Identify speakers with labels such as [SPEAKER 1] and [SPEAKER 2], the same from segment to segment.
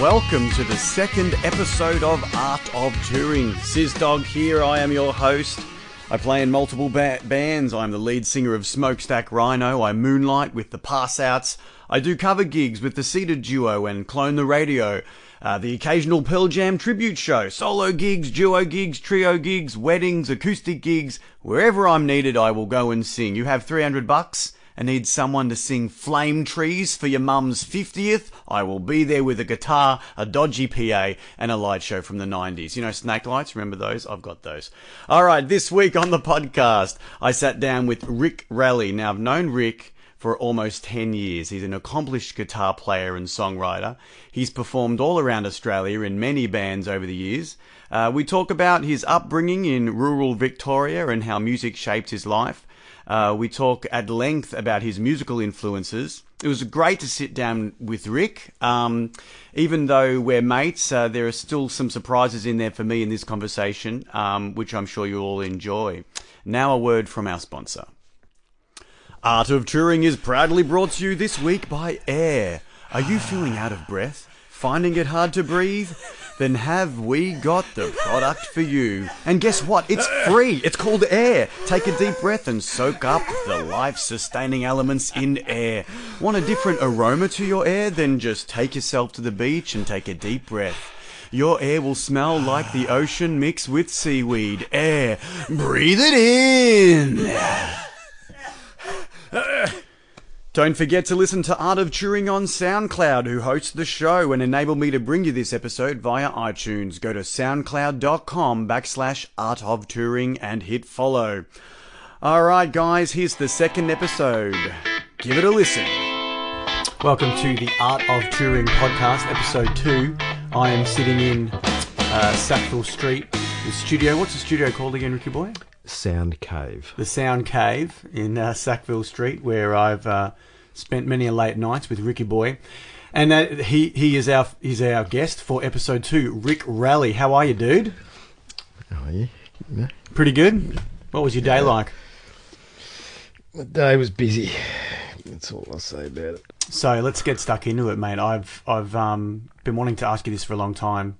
[SPEAKER 1] Welcome to the second episode of Art of Touring. Sizz Dog here, I am your host. I play in multiple ba- bands. I'm the lead singer of Smokestack Rhino. I moonlight with the Passouts. I do cover gigs with the Cedar Duo and Clone the Radio. Uh, the occasional Pearl Jam tribute show, solo gigs, duo gigs, trio gigs, weddings, acoustic gigs. Wherever I'm needed, I will go and sing. You have 300 bucks and need someone to sing Flame Trees for your mum's 50th, I will be there with a guitar, a dodgy PA, and a light show from the 90s. You know, snake lights, remember those? I've got those. All right, this week on the podcast, I sat down with Rick Rally. Now, I've known Rick for almost 10 years. He's an accomplished guitar player and songwriter. He's performed all around Australia in many bands over the years. Uh, we talk about his upbringing in rural Victoria and how music shaped his life. Uh, we talk at length about his musical influences. It was great to sit down with Rick. Um, even though we're mates, uh, there are still some surprises in there for me in this conversation, um, which I'm sure you'll all enjoy. Now, a word from our sponsor. Art of Touring is proudly brought to you this week by Air. Are you feeling out of breath? Finding it hard to breathe? Then have we got the product for you? And guess what? It's free. It's called air. Take a deep breath and soak up the life sustaining elements in air. Want a different aroma to your air? Then just take yourself to the beach and take a deep breath. Your air will smell like the ocean mixed with seaweed. Air. Breathe it in. Don't forget to listen to Art of Chewing on SoundCloud, who hosts the show and enable me to bring you this episode via iTunes. Go to soundcloud.com backslash art of touring and hit follow. All right, guys, here's the second episode. Give it a listen. Welcome to the Art of Touring podcast, episode two. I am sitting in uh, Sackville Street, the studio. What's the studio called again, Ricky Boy?
[SPEAKER 2] Sound Cave.
[SPEAKER 1] the Sound Cave in uh, Sackville Street, where I've uh, spent many a late nights with Ricky Boy, and uh, he he is our he's our guest for episode two. Rick Rally, how are you, dude?
[SPEAKER 2] Oh, yeah. yeah.
[SPEAKER 1] Pretty good. What was your day like?
[SPEAKER 2] The day was busy. That's all I'll say about it.
[SPEAKER 1] So let's get stuck into it, mate. I've I've um, been wanting to ask you this for a long time,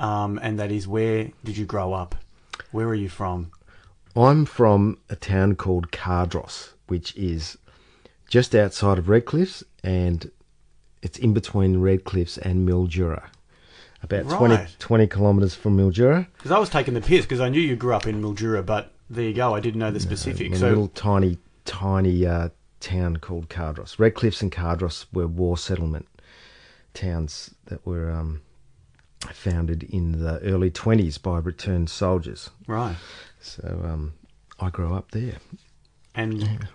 [SPEAKER 1] um, and that is where did you grow up? Where are you from?
[SPEAKER 2] I'm from a town called Cardross, which is just outside of Red Cliffs and it's in between Red Cliffs and Mildura. About twenty
[SPEAKER 1] Right.
[SPEAKER 2] twenty 20, kilometres from Mildura.
[SPEAKER 1] Because I was taking the piss because I knew you grew up in Mildura, but there you go. I didn't know the specifics.
[SPEAKER 2] A
[SPEAKER 1] so
[SPEAKER 2] little tiny, tiny uh, town called Cardross. Red Cliffs and Cardross were war settlement towns that were um, founded in the early 20s by returned soldiers.
[SPEAKER 1] right.
[SPEAKER 2] So um, I grew up there.
[SPEAKER 1] And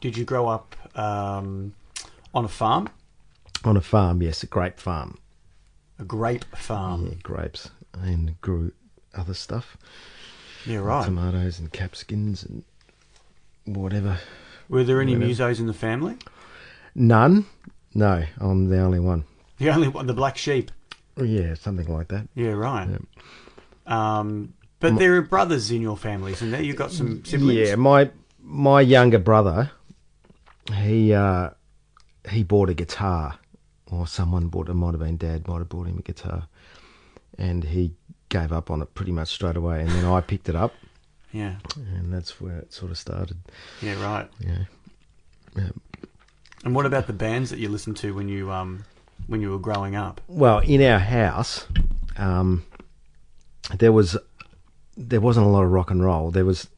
[SPEAKER 1] did you grow up um, on a farm,
[SPEAKER 2] on a farm, yes, a grape farm.
[SPEAKER 1] a grape farm?
[SPEAKER 2] Yeah, grapes and grew other stuff,
[SPEAKER 1] Yeah, right.
[SPEAKER 2] tomatoes and capskins and whatever.
[SPEAKER 1] Were there any musos in the family?
[SPEAKER 2] None. No, I'm the only one.
[SPEAKER 1] The only one, the black sheep.
[SPEAKER 2] Yeah, something like that.
[SPEAKER 1] Yeah, right. Um, but there are brothers in your family, isn't there? You've got some siblings.
[SPEAKER 2] Yeah, my my younger brother, he uh, he bought a guitar, or someone bought it. Might have been dad. Might have bought him a guitar, and he gave up on it pretty much straight away. And then I picked it up,
[SPEAKER 1] Yeah,
[SPEAKER 2] and that's where it sort of started.
[SPEAKER 1] yeah, right.
[SPEAKER 2] Yeah. Yeah.
[SPEAKER 1] And what about the bands that you listened to when you um, when you were growing up?
[SPEAKER 2] well, in our house, um, there was there wasn't a lot of rock and roll. There was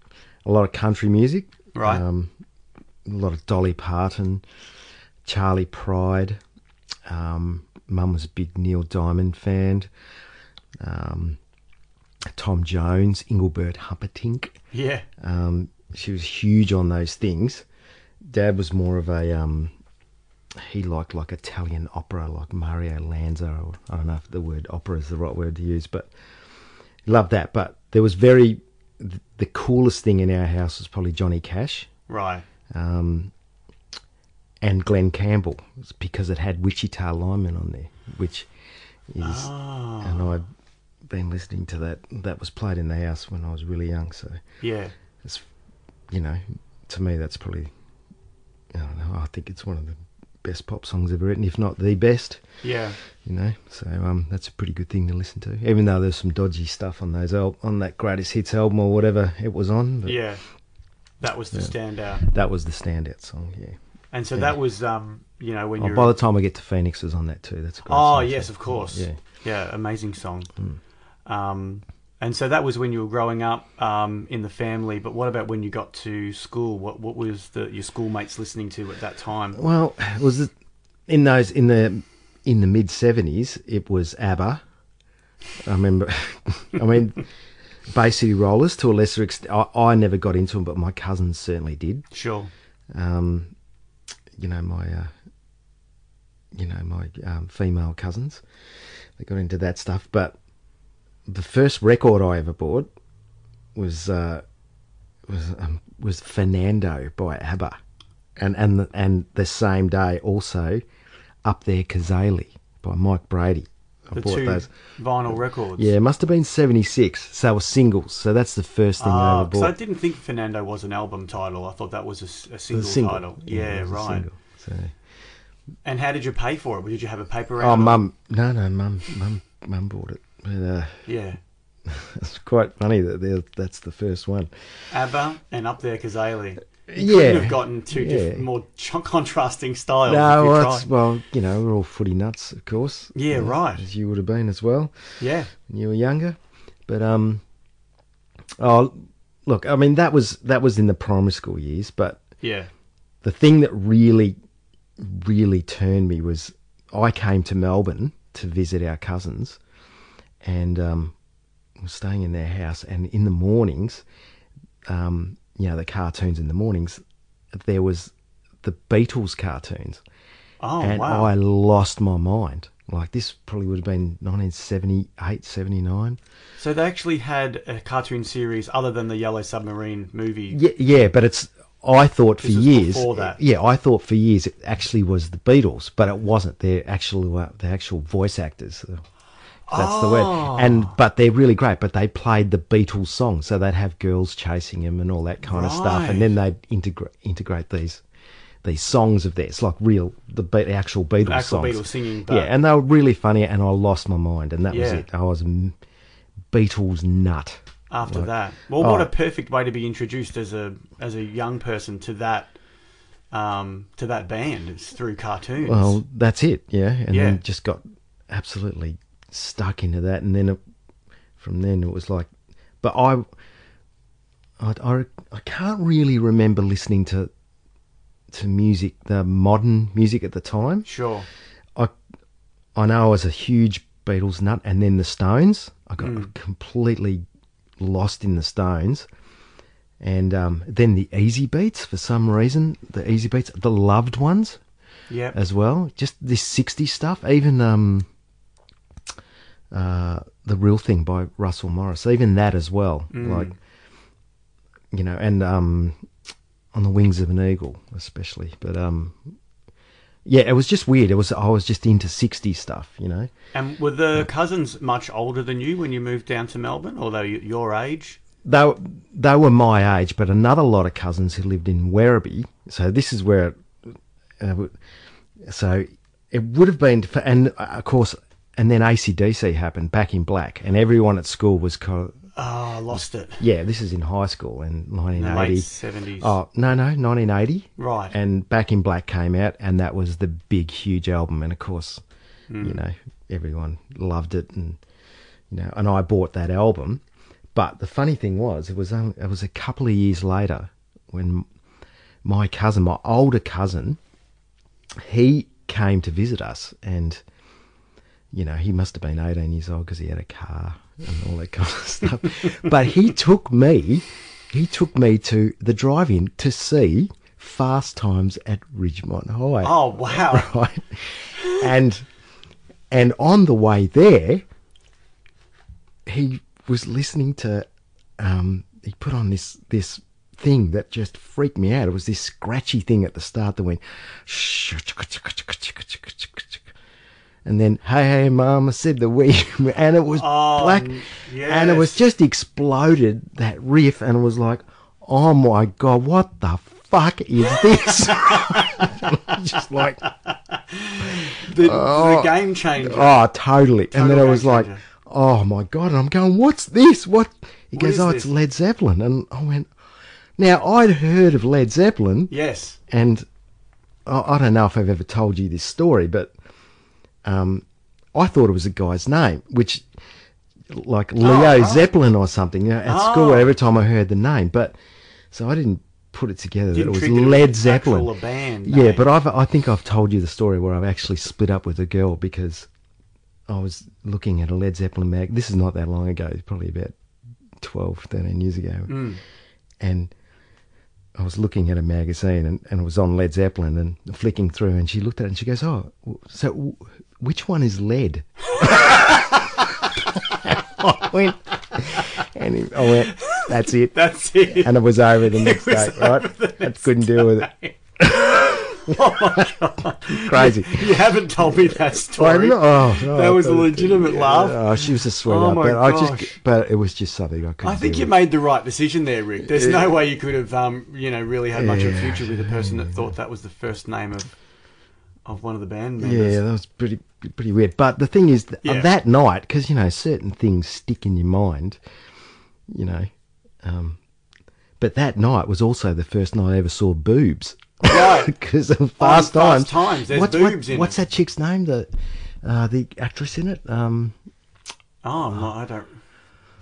[SPEAKER 2] a lot of country music,
[SPEAKER 1] Right.
[SPEAKER 2] Um, a lot of Dolly Parton, Charlie Pride. Um, Mum was a big Neil Diamond fan. Um, Tom Jones, Engelbert Humperdinck.
[SPEAKER 1] Yeah,
[SPEAKER 2] Um, she was huge on those things. Dad was more of a um, he liked like Italian opera, like Mario Lanza. Or, I don't know if the word opera is the right word to use, but loved that. But there was very th- the coolest thing in our house was probably Johnny Cash
[SPEAKER 1] right.
[SPEAKER 2] um, and Glenn Campbell It's because it had Wichita Lineman on there, which is
[SPEAKER 1] Ah,
[SPEAKER 2] and I've been listening to that. That was played in the house when I was really young, so
[SPEAKER 1] yeah.
[SPEAKER 2] it's you know to me that's probably I don't know I think it's one of the best pop songs ever written, if not the best.
[SPEAKER 1] Yeah.
[SPEAKER 2] You know, so um, that's a pretty good thing to listen to. Even though there's some dodgy stuff on those al- on that greatest hits album or whatever it was on, but
[SPEAKER 1] Yeah. That was the
[SPEAKER 2] Yeah.
[SPEAKER 1] standout.
[SPEAKER 2] that was the standout song. Yeah.
[SPEAKER 1] And so
[SPEAKER 2] Yeah.
[SPEAKER 1] that was, um, you know, when
[SPEAKER 2] Oh,
[SPEAKER 1] you're.
[SPEAKER 2] by the time I get to Phoenix was on that too. That's a great
[SPEAKER 1] oh,
[SPEAKER 2] song, too.
[SPEAKER 1] yes, of course.
[SPEAKER 2] Yeah. Hmm.
[SPEAKER 1] Yeah. amazing song. Um, and so that was when you were growing up um, in the family. But what about when you got to school? What what was the, your schoolmates listening to at that time?
[SPEAKER 2] Well, it was it- in those in the in the mid seventies. It was ABBA. I remember. I mean, Bay City Rollers to a lesser extent. I, I never got into them, but my cousins certainly did.
[SPEAKER 1] Sure.
[SPEAKER 2] Um, you know my, uh, you know my um, female cousins. They got into that stuff, but the first record I ever bought was uh, was um, was Fernando by ABBA, and and the, and the same day also up there Kazali by Mike Brady. I
[SPEAKER 1] The
[SPEAKER 2] bought
[SPEAKER 1] two
[SPEAKER 2] those.
[SPEAKER 1] vinyl records.
[SPEAKER 2] Yeah, it must have been seventy six. So it was singles. So that's the first thing I
[SPEAKER 1] Ah,
[SPEAKER 2] ever
[SPEAKER 1] 'cause I
[SPEAKER 2] bought.
[SPEAKER 1] didn't think Fernando was an album title. I thought that was a s- a,
[SPEAKER 2] The
[SPEAKER 1] single, title. Yeah,
[SPEAKER 2] it was a
[SPEAKER 1] right.
[SPEAKER 2] single. So.
[SPEAKER 1] And how did you pay for it? Did you have a paper
[SPEAKER 2] Oh,
[SPEAKER 1] round?
[SPEAKER 2] mum. No, no, mum. Mum. Mum bought it. But, uh,
[SPEAKER 1] yeah.
[SPEAKER 2] it's quite funny that they're- that's the first one.
[SPEAKER 1] ABBA and up there Kazali. You
[SPEAKER 2] Yeah.
[SPEAKER 1] couldn't have gotten two
[SPEAKER 2] Yeah.
[SPEAKER 1] diff- more ch- contrasting styles.
[SPEAKER 2] no,
[SPEAKER 1] if you
[SPEAKER 2] well, it's,
[SPEAKER 1] tried.
[SPEAKER 2] well, you know, we're all footy nuts, of course.
[SPEAKER 1] Yeah,
[SPEAKER 2] you know,
[SPEAKER 1] right.
[SPEAKER 2] As you would have been as well
[SPEAKER 1] Yeah.
[SPEAKER 2] when you were younger. But um, oh, look. I mean, that was that was in the primary school years. But
[SPEAKER 1] Yeah.
[SPEAKER 2] the thing that really, really turned me was I came to Melbourne to visit our cousins, and um, was staying in their house. And in the mornings, um, you know, the cartoons in the mornings, there was the Beatles cartoons,
[SPEAKER 1] Oh,
[SPEAKER 2] and
[SPEAKER 1] wow.
[SPEAKER 2] I lost my mind. Like this probably would have been 1978, 79.
[SPEAKER 1] So they actually had a cartoon series other than the Yellow Submarine movie.
[SPEAKER 2] Yeah, yeah, but it's. I thought for
[SPEAKER 1] This was
[SPEAKER 2] years.
[SPEAKER 1] before that.
[SPEAKER 2] Yeah, I thought for years it actually was the Beatles, but it wasn't. They're actual uh, the actual voice actors. uh, if That's the
[SPEAKER 1] Oh.
[SPEAKER 2] word. And but they're really great. But they played the Beatles songs, so they'd have girls chasing them and all that kind of stuff. And
[SPEAKER 1] Right.
[SPEAKER 2] then they'd integrate integrate these these songs of theirs, like real the, Be- the actual Beatles
[SPEAKER 1] actual
[SPEAKER 2] songs.
[SPEAKER 1] Beatles singing, but-
[SPEAKER 2] Yeah, and they were really funny, and I lost my mind, and that was
[SPEAKER 1] Yeah.
[SPEAKER 2] it. I was a m- Beatles nut.
[SPEAKER 1] After that, well, what
[SPEAKER 2] Oh.
[SPEAKER 1] a perfect way to be introduced as a as a young person to that um, to that band is through cartoons.
[SPEAKER 2] Well, that's it, yeah. And
[SPEAKER 1] Yeah.
[SPEAKER 2] then just got absolutely stuck into that, and then it, from then it was like, but I, I, I, I can't really remember listening to to music, the modern music at the time.
[SPEAKER 1] sure.
[SPEAKER 2] I, I know I was a huge Beatles nut, and then the Stones. I got completely lost in the Stones, and um, then the Easy Beats for some reason. The Easy Beats, the loved ones
[SPEAKER 1] Yep.
[SPEAKER 2] as well. Just this 60 stuff, even um, uh, The Real Thing by Russell Morris, even that as well. Like, you know, and um, On the Wings of an Eagle, especially. But um, yeah, it was just weird. It was I was just into 60 stuff, you know.
[SPEAKER 1] and were the cousins much older than you when you moved down to Melbourne, although your age?
[SPEAKER 2] they were- they were my age, but another lot of cousins who lived in Werribee. So this is where, uh, w- so it would have been, for, and uh, of course, and then ACDC happened back in black, and everyone at school was, co-
[SPEAKER 1] Ah, I lost it.
[SPEAKER 2] yeah, this is in high school in
[SPEAKER 1] The
[SPEAKER 2] 1980.
[SPEAKER 1] late seventies.
[SPEAKER 2] Oh no no, 1980.
[SPEAKER 1] Right.
[SPEAKER 2] And Back in Black came out, and that was the big huge album, and of course, you know everyone loved it, and you know, and I bought that album. But the funny thing was, it was only, it was a couple of years later when my cousin, my older cousin, he came to visit us, and you know, he must have been 18 years old because he had a car and all that kind of stuff. but he took me, he took me to the drive-in to see Fast Times at Ridgemont High.
[SPEAKER 1] oh wow.
[SPEAKER 2] Right, and and on the way there, he was listening to. Um, he put on this this thing that just freaked me out. It was this scratchy thing at the start that went, and then hey hey mom, I said the wee, and it was
[SPEAKER 1] Oh,
[SPEAKER 2] black, and it was
[SPEAKER 1] yes.
[SPEAKER 2] just exploded that riff, and it was like, oh my god, what the fuck is this? just like
[SPEAKER 1] the, the game changer.
[SPEAKER 2] Oh, totally. and then I
[SPEAKER 1] Total
[SPEAKER 2] was
[SPEAKER 1] game
[SPEAKER 2] like,
[SPEAKER 1] changer.
[SPEAKER 2] oh my God. And I'm going, what's this? What? He
[SPEAKER 1] What
[SPEAKER 2] goes,
[SPEAKER 1] is
[SPEAKER 2] oh,
[SPEAKER 1] this?
[SPEAKER 2] it's Led Zeppelin. And I went, now I'd heard of Led Zeppelin.
[SPEAKER 1] Yes.
[SPEAKER 2] And I, I don't know if I've ever told you this story, but um, I thought it was a guy's name, which like Leo
[SPEAKER 1] Oh, right.
[SPEAKER 2] Zeppelin or something you know, at school.
[SPEAKER 1] Oh.
[SPEAKER 2] Every time I heard the name, but so I didn't put it together that
[SPEAKER 1] Didn't
[SPEAKER 2] it was
[SPEAKER 1] treat it as
[SPEAKER 2] Led
[SPEAKER 1] actual
[SPEAKER 2] Zeppelin.
[SPEAKER 1] a band
[SPEAKER 2] yeah,
[SPEAKER 1] name.
[SPEAKER 2] but I've I think I've told you the story where I've actually split up with a girl because I was looking at a Led Zeppelin mag. This is not that long ago, it's probably about 12, 13 years ago, and. I was looking at a magazine and, and it was on Led Zeppelin and flicking through and she looked at it and she goes, oh, w- so w- which one is Led? I went, and he- I went, that's it.
[SPEAKER 1] That's it.
[SPEAKER 2] And it was over the next
[SPEAKER 1] was
[SPEAKER 2] day, right? I couldn't deal with it.
[SPEAKER 1] oh my god!
[SPEAKER 2] Crazy.
[SPEAKER 1] You haven't told me that story.
[SPEAKER 2] Well, no, oh, no,
[SPEAKER 1] that
[SPEAKER 2] I
[SPEAKER 1] was a
[SPEAKER 2] thought it-
[SPEAKER 1] legitimate laugh.
[SPEAKER 2] Oh, she was a
[SPEAKER 1] Oh
[SPEAKER 2] sweetheart,
[SPEAKER 1] my
[SPEAKER 2] but I
[SPEAKER 1] gosh.
[SPEAKER 2] just, but it was just something I couldn't.
[SPEAKER 1] I think
[SPEAKER 2] deal
[SPEAKER 1] you
[SPEAKER 2] with.
[SPEAKER 1] made the right decision there, Rick. There's no way you could have, um, you know, really had much of a
[SPEAKER 2] Yeah.
[SPEAKER 1] future with a person that thought that was the first name of of one of the band members.
[SPEAKER 2] Yeah, that was pretty pretty weird. But the thing is, th-
[SPEAKER 1] Yeah.
[SPEAKER 2] that night, because you know certain things stick in your mind, you know. Um, but that night was also the first night I ever saw boobs.
[SPEAKER 1] Right.
[SPEAKER 2] Because of Fast Times.
[SPEAKER 1] Fast Times, there's
[SPEAKER 2] what's,
[SPEAKER 1] boobs
[SPEAKER 2] what,
[SPEAKER 1] in
[SPEAKER 2] What's
[SPEAKER 1] it.
[SPEAKER 2] that chick's name? The uh, the actress in it. Um,
[SPEAKER 1] Oh, I'm not, I don't.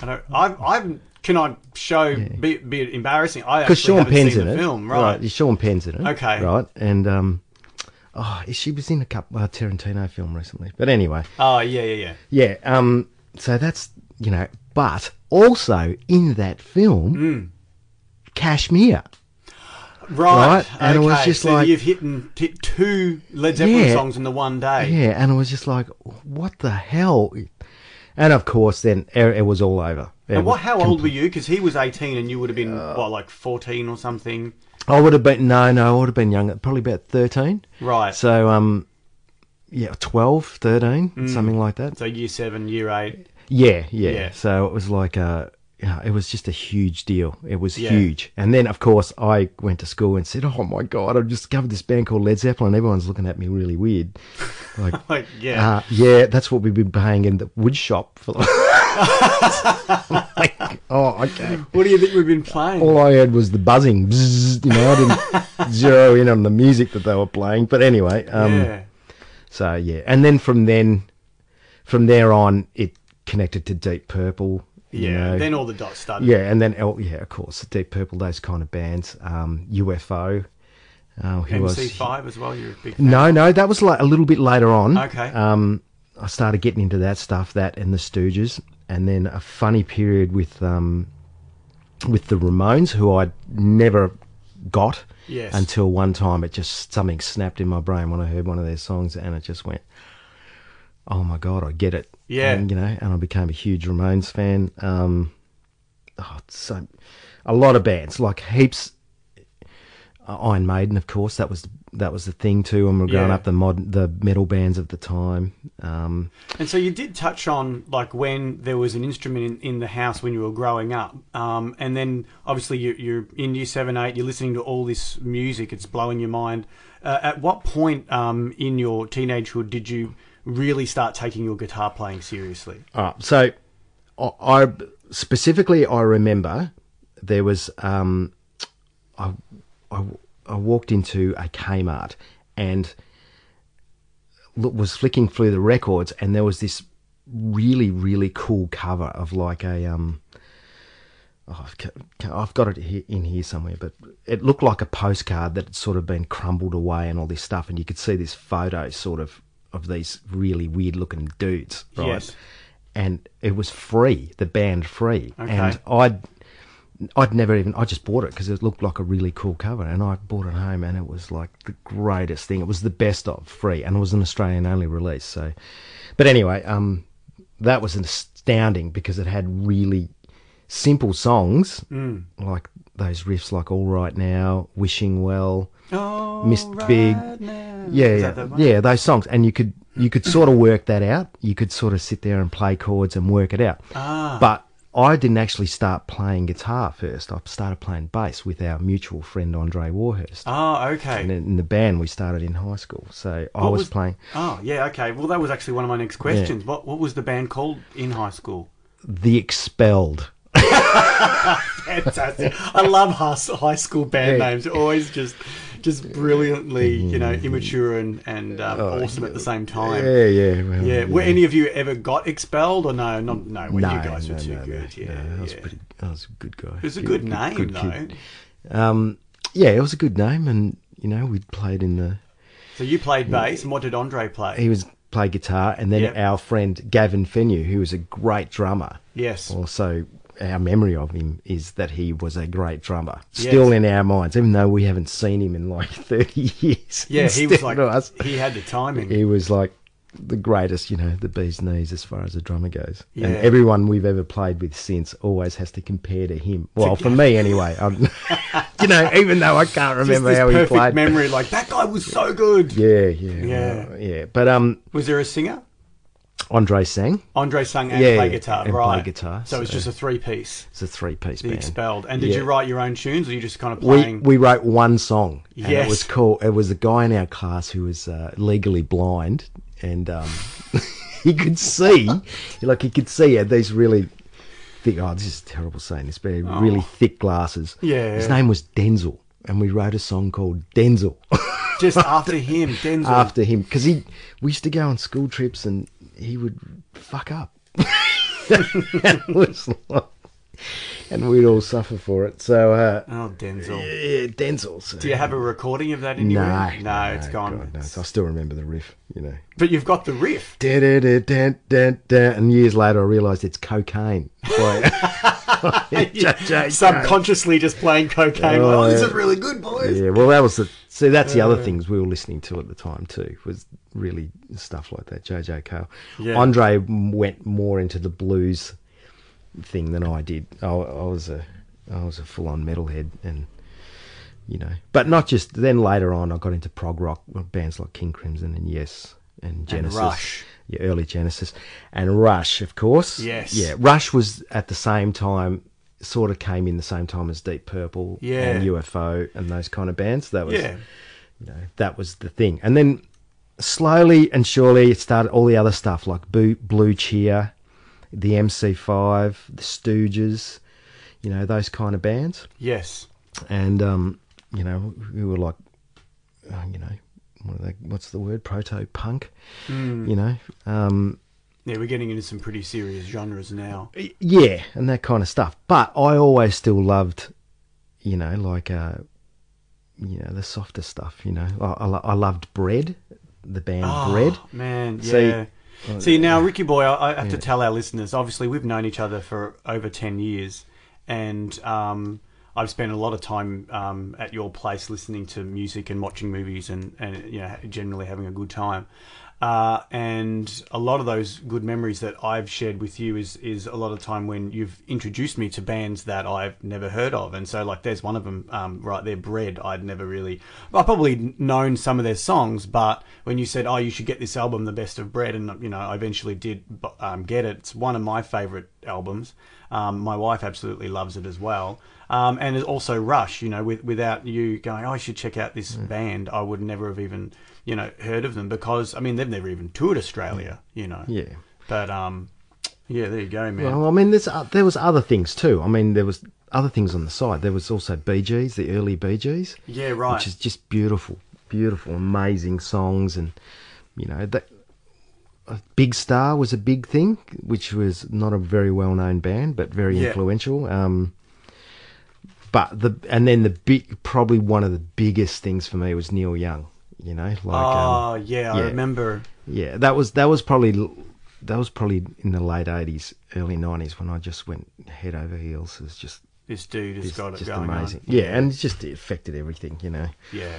[SPEAKER 1] I don't. I've. I've can I show? Be, be it embarrassing. I
[SPEAKER 2] because
[SPEAKER 1] actually
[SPEAKER 2] Sean
[SPEAKER 1] haven't
[SPEAKER 2] Penn's
[SPEAKER 1] seen
[SPEAKER 2] in
[SPEAKER 1] the
[SPEAKER 2] it.
[SPEAKER 1] film, right?
[SPEAKER 2] yeah, Sean Penn's in it.
[SPEAKER 1] Okay.
[SPEAKER 2] Right, and um, oh, she was in a couple uh, Tarantino film recently. But anyway,
[SPEAKER 1] Oh, yeah, yeah, yeah.
[SPEAKER 2] Yeah. Um. So that's you know, but also in that film,
[SPEAKER 1] Hmm.
[SPEAKER 2] Kashmir.
[SPEAKER 1] Right.
[SPEAKER 2] Right, and it was
[SPEAKER 1] okay,
[SPEAKER 2] just
[SPEAKER 1] so
[SPEAKER 2] like-
[SPEAKER 1] you've hit, and, hit two Led Zeppelin
[SPEAKER 2] Yeah.
[SPEAKER 1] songs in the one day.
[SPEAKER 2] Yeah, and it was just like, what the hell? And of course, then it, it was all over. It
[SPEAKER 1] And what?
[SPEAKER 2] was
[SPEAKER 1] How
[SPEAKER 2] com-
[SPEAKER 1] old were you? Because he was eighteen, and you would have been what, like fourteen or something,
[SPEAKER 2] I would have been no, no, I would have been younger, probably about thirteen.
[SPEAKER 1] right? So,
[SPEAKER 2] So um, yeah, 12, 13,
[SPEAKER 1] Hmm.
[SPEAKER 2] something like that.
[SPEAKER 1] year seven, year eight.
[SPEAKER 2] Yeah, yeah.
[SPEAKER 1] Yeah.
[SPEAKER 2] So it was like a, you know, it was just a huge deal. It was
[SPEAKER 1] Yeah.
[SPEAKER 2] huge. And then of course I went to school and said, "Oh my god, I've discovered this band called Led Zeppelin." Everyone's looking at me really weird. Like,
[SPEAKER 1] Like yeah,
[SPEAKER 2] uh, yeah, that's what we've been paying in the wood shop for. the- like, oh, okay.
[SPEAKER 1] what do you think we've been playing?
[SPEAKER 2] All I heard was the buzzing. Bzzz, you know, I didn't zero in on the music that they were playing. But anyway, um,
[SPEAKER 1] yeah,
[SPEAKER 2] so yeah, and then from then, from there on, it connected to Deep Purple. you
[SPEAKER 1] yeah.
[SPEAKER 2] know.
[SPEAKER 1] Then all the dots started.
[SPEAKER 2] Yeah, and then El- yeah, of course, Deep Purple, those kind of bands. Um, UFO, uh, who
[SPEAKER 1] MC
[SPEAKER 2] was
[SPEAKER 1] Five as well. You're a big fan.
[SPEAKER 2] no, no, that was like a little bit later on.
[SPEAKER 1] Okay.
[SPEAKER 2] Um, I started getting into that stuff, that and the Stooges, and then a funny period with um, with the Ramones, who I never got.
[SPEAKER 1] Yes.
[SPEAKER 2] Until one time, it just something snapped in my brain when I heard one of their songs, and it just went, "Oh my god, I get it!"
[SPEAKER 1] Yeah.
[SPEAKER 2] And, you know, and I became a huge Ramones fan. Um, oh, so a lot of bands, like heaps. Uh, Iron Maiden, of course, that was that was the thing too. When we were growing
[SPEAKER 1] Yeah.
[SPEAKER 2] up, the mod, the metal bands of the time. Um,
[SPEAKER 1] And so you did touch on like when there was an instrument in, in the house when you were growing up, um, and then obviously you, you're in year seven, eight. You're listening to all this music; it's blowing your mind. Uh, at what point um, in your teenagehood did you really start taking your guitar playing seriously?
[SPEAKER 2] all right, ah, so I, I specifically I remember there was um, I, I I walked into a Kmart and look, was flicking through the records, and there was this really really cool cover of like a um. oh, I've ca- ca- I've got it he- in here somewhere, but it looked like a postcard that had sort of been crumbled away and all this stuff, and you could see this photo sort of of these really weird looking dudes, right?
[SPEAKER 1] Yes.
[SPEAKER 2] And it was free, the band free,
[SPEAKER 1] Okay.
[SPEAKER 2] and I'd I'd never even I just bought it because it looked like a really cool cover, and I bought it home, and it was like the greatest thing. It was the best of free, and it was an Australian only release. So, but anyway, um, that was astounding because it had really simple songs like those riffs, like "All Right Now," "Wishing Well,"
[SPEAKER 1] Oh,
[SPEAKER 2] Missed Big.
[SPEAKER 1] now.
[SPEAKER 2] yeah,
[SPEAKER 1] Is
[SPEAKER 2] yeah,
[SPEAKER 1] that that one?
[SPEAKER 2] yeah, those songs, and you could you could sort of work that out. You could sort of sit there and play chords and work it out.
[SPEAKER 1] Ah.
[SPEAKER 2] But I didn't actually start playing guitar first. I started playing bass with our mutual friend Andre Warhurst.
[SPEAKER 1] Oh,
[SPEAKER 2] And
[SPEAKER 1] okay.
[SPEAKER 2] in in the band we started in high school, so I
[SPEAKER 1] What
[SPEAKER 2] was,
[SPEAKER 1] was-
[SPEAKER 2] playing.
[SPEAKER 1] Oh, yeah, okay. Well, that was actually one of my next questions. What What was the band called in high school?
[SPEAKER 2] The Expelled.
[SPEAKER 1] Fantastic. I love hus- high school band
[SPEAKER 2] Yeah. Mm.
[SPEAKER 1] names. They're Always just just brilliantly, you know, immature and, and um, awesome at the same time. Oh, Yeah.
[SPEAKER 2] Oh, Yeah, yeah, well,
[SPEAKER 1] Were any of you ever got expelled or no? Not, no, well,
[SPEAKER 2] No,
[SPEAKER 1] you guys were
[SPEAKER 2] no,
[SPEAKER 1] too
[SPEAKER 2] no, no,
[SPEAKER 1] good. yeah,
[SPEAKER 2] no, I was
[SPEAKER 1] yeah.
[SPEAKER 2] pretty. I was a good guy.
[SPEAKER 1] It was a good name,
[SPEAKER 2] good
[SPEAKER 1] though.
[SPEAKER 2] kid. Um, yeah, it was a good name, and you know we played in the.
[SPEAKER 1] So you played bass, and what did Andre play?
[SPEAKER 2] He was played guitar, and then
[SPEAKER 1] Yep.
[SPEAKER 2] our friend Gavin Fennew, who was a great drummer.
[SPEAKER 1] yes.
[SPEAKER 2] Also, our memory of him is that he was a great drummer. Still in our minds, even though we haven't seen him in like thirty years.
[SPEAKER 1] yeah, he was
[SPEAKER 2] Instead
[SPEAKER 1] like,
[SPEAKER 2] of us.
[SPEAKER 1] he had the timing.
[SPEAKER 2] he was like the greatest, you know, the bee's knees as far as a drummer goes. And
[SPEAKER 1] Yeah.
[SPEAKER 2] everyone we've ever played with since always has to compare to him. Well, for me anyway. I'm, you know, even though I
[SPEAKER 1] Just
[SPEAKER 2] can't remember
[SPEAKER 1] this
[SPEAKER 2] how he
[SPEAKER 1] perfect
[SPEAKER 2] played.
[SPEAKER 1] memory, like, that guy was so good.
[SPEAKER 2] Yeah, yeah,
[SPEAKER 1] Yeah.
[SPEAKER 2] well, yeah. But um,
[SPEAKER 1] Was there a singer?
[SPEAKER 2] Andre sang.
[SPEAKER 1] Andre sang and
[SPEAKER 2] Yeah,
[SPEAKER 1] played guitar,
[SPEAKER 2] and played
[SPEAKER 1] right?
[SPEAKER 2] guitar,
[SPEAKER 1] So, it was
[SPEAKER 2] so-
[SPEAKER 1] just a three piece.
[SPEAKER 2] It's a three-piece
[SPEAKER 1] The
[SPEAKER 2] band.
[SPEAKER 1] expelled. And did
[SPEAKER 2] Yeah.
[SPEAKER 1] you write your own tunes, or you just kind of
[SPEAKER 2] we,
[SPEAKER 1] playing?
[SPEAKER 2] we wrote one song. And
[SPEAKER 1] Yes.
[SPEAKER 2] It was cool. It was a guy in our class who was uh, legally blind and um, he could see, like, he could see had these really thick, oh, this is terrible saying this, but he had really thick glasses.
[SPEAKER 1] Oh. Yeah.
[SPEAKER 2] His name was Denzel. And we wrote a song called Denzel
[SPEAKER 1] just after him, Denzel.
[SPEAKER 2] after him because he, we used to go on school trips and he would fuck up. and, it was like- and we'd all suffer for it. So, uh,
[SPEAKER 1] Oh, Denzel.
[SPEAKER 2] yeah, Denzel. So.
[SPEAKER 1] Do you have a recording of that
[SPEAKER 2] No,
[SPEAKER 1] anywhere? no, it's gone.
[SPEAKER 2] God, no. I still remember the riff, you know.
[SPEAKER 1] But you've got the riff.
[SPEAKER 2] Dun, dun, dun, dun, dun, dun. And years later, I realised it's cocaine. Boy.
[SPEAKER 1] Subconsciously just playing cocaine.
[SPEAKER 2] Oh,
[SPEAKER 1] Oh, this
[SPEAKER 2] yeah.
[SPEAKER 1] is really good, boys.
[SPEAKER 2] yeah, well, that was the. See, that's the other things we were listening to at the time too was really stuff like that. JJ Cale,
[SPEAKER 1] Yeah.
[SPEAKER 2] Andre went more into the blues thing than I did. I, I was a, I was a full-on metalhead, and you know, but not just. Then later on, I got into prog rock with bands like King Crimson and Yes and Genesis,
[SPEAKER 1] Rush.
[SPEAKER 2] yeah, early Genesis, and Rush, of course.
[SPEAKER 1] Yes.
[SPEAKER 2] yeah, Rush was at the same time. Sort of came in the same time as Deep Purple
[SPEAKER 1] Yeah.
[SPEAKER 2] and UFO and those kind of bands. That was
[SPEAKER 1] Yeah.
[SPEAKER 2] you know, that was the thing. And then slowly and surely it started all the other stuff like Boo, Blue Cheer, the MC5, the Stooges, you know, those kind of bands.
[SPEAKER 1] Yes.
[SPEAKER 2] And, um, you know, we were like, uh, you know, what are they, what's the word? Proto punk, you know? Um,
[SPEAKER 1] Yeah, we're getting into some pretty serious genres now.
[SPEAKER 2] y- yeah, and that kind of stuff. But I always still loved, you know, like, uh, you know, the softer stuff, you know. I, I, lo- I loved Bread, the band
[SPEAKER 1] Oh,
[SPEAKER 2] Bread.
[SPEAKER 1] Man,
[SPEAKER 2] See-
[SPEAKER 1] yeah. See, now, Ricky Boy, I, I have to tell our listeners obviously, we've known each other for over 10 years, and um, I've spent a lot of time um, at your place listening to music and watching movies and, and you know, generally having a good time. Uh, and a lot of those good memories that I've shared with you is is a lot of time when you've introduced me to bands that I've never heard of, and so like there's one of them um, right there, Bread. I'd never really, I probably known some of their songs, but when you said, "Oh, you should get this album, The Best of Bread," and you know, I eventually did bu- um, get it. It's one of my favorite albums. Um, my wife absolutely loves it as well. Um, and it's also Rush, you know, with, without you going, oh, I should check out this
[SPEAKER 2] Mm.
[SPEAKER 1] band, I would never have even, you know, heard of them because, I mean, they've never even toured Australia, you know.
[SPEAKER 2] Mm. Yeah.
[SPEAKER 1] But, um, yeah, there you go, man.
[SPEAKER 2] Well, I mean, there's, uh, there was other things too. I mean, there was other things on the side. There was also BGs, the early BGs.
[SPEAKER 1] Yeah, right.
[SPEAKER 2] Which is just beautiful, beautiful, amazing songs, and you know that. uh, Big Star was a big thing, which was not a very well-known band, but very
[SPEAKER 1] Yeah.
[SPEAKER 2] influential. Um, but the and then the big, probably one of the biggest things for me was Neil Young. You know, like um,
[SPEAKER 1] oh, yeah, I
[SPEAKER 2] yeah.
[SPEAKER 1] remember.
[SPEAKER 2] yeah, that was that was probably l- that was probably in the late eighties, early nineties when I just went head over heels. It was just
[SPEAKER 1] This dude has
[SPEAKER 2] it's
[SPEAKER 1] got it
[SPEAKER 2] just
[SPEAKER 1] going
[SPEAKER 2] amazing.
[SPEAKER 1] on.
[SPEAKER 2] Yeah, and it just it affected everything, you know.
[SPEAKER 1] Yeah.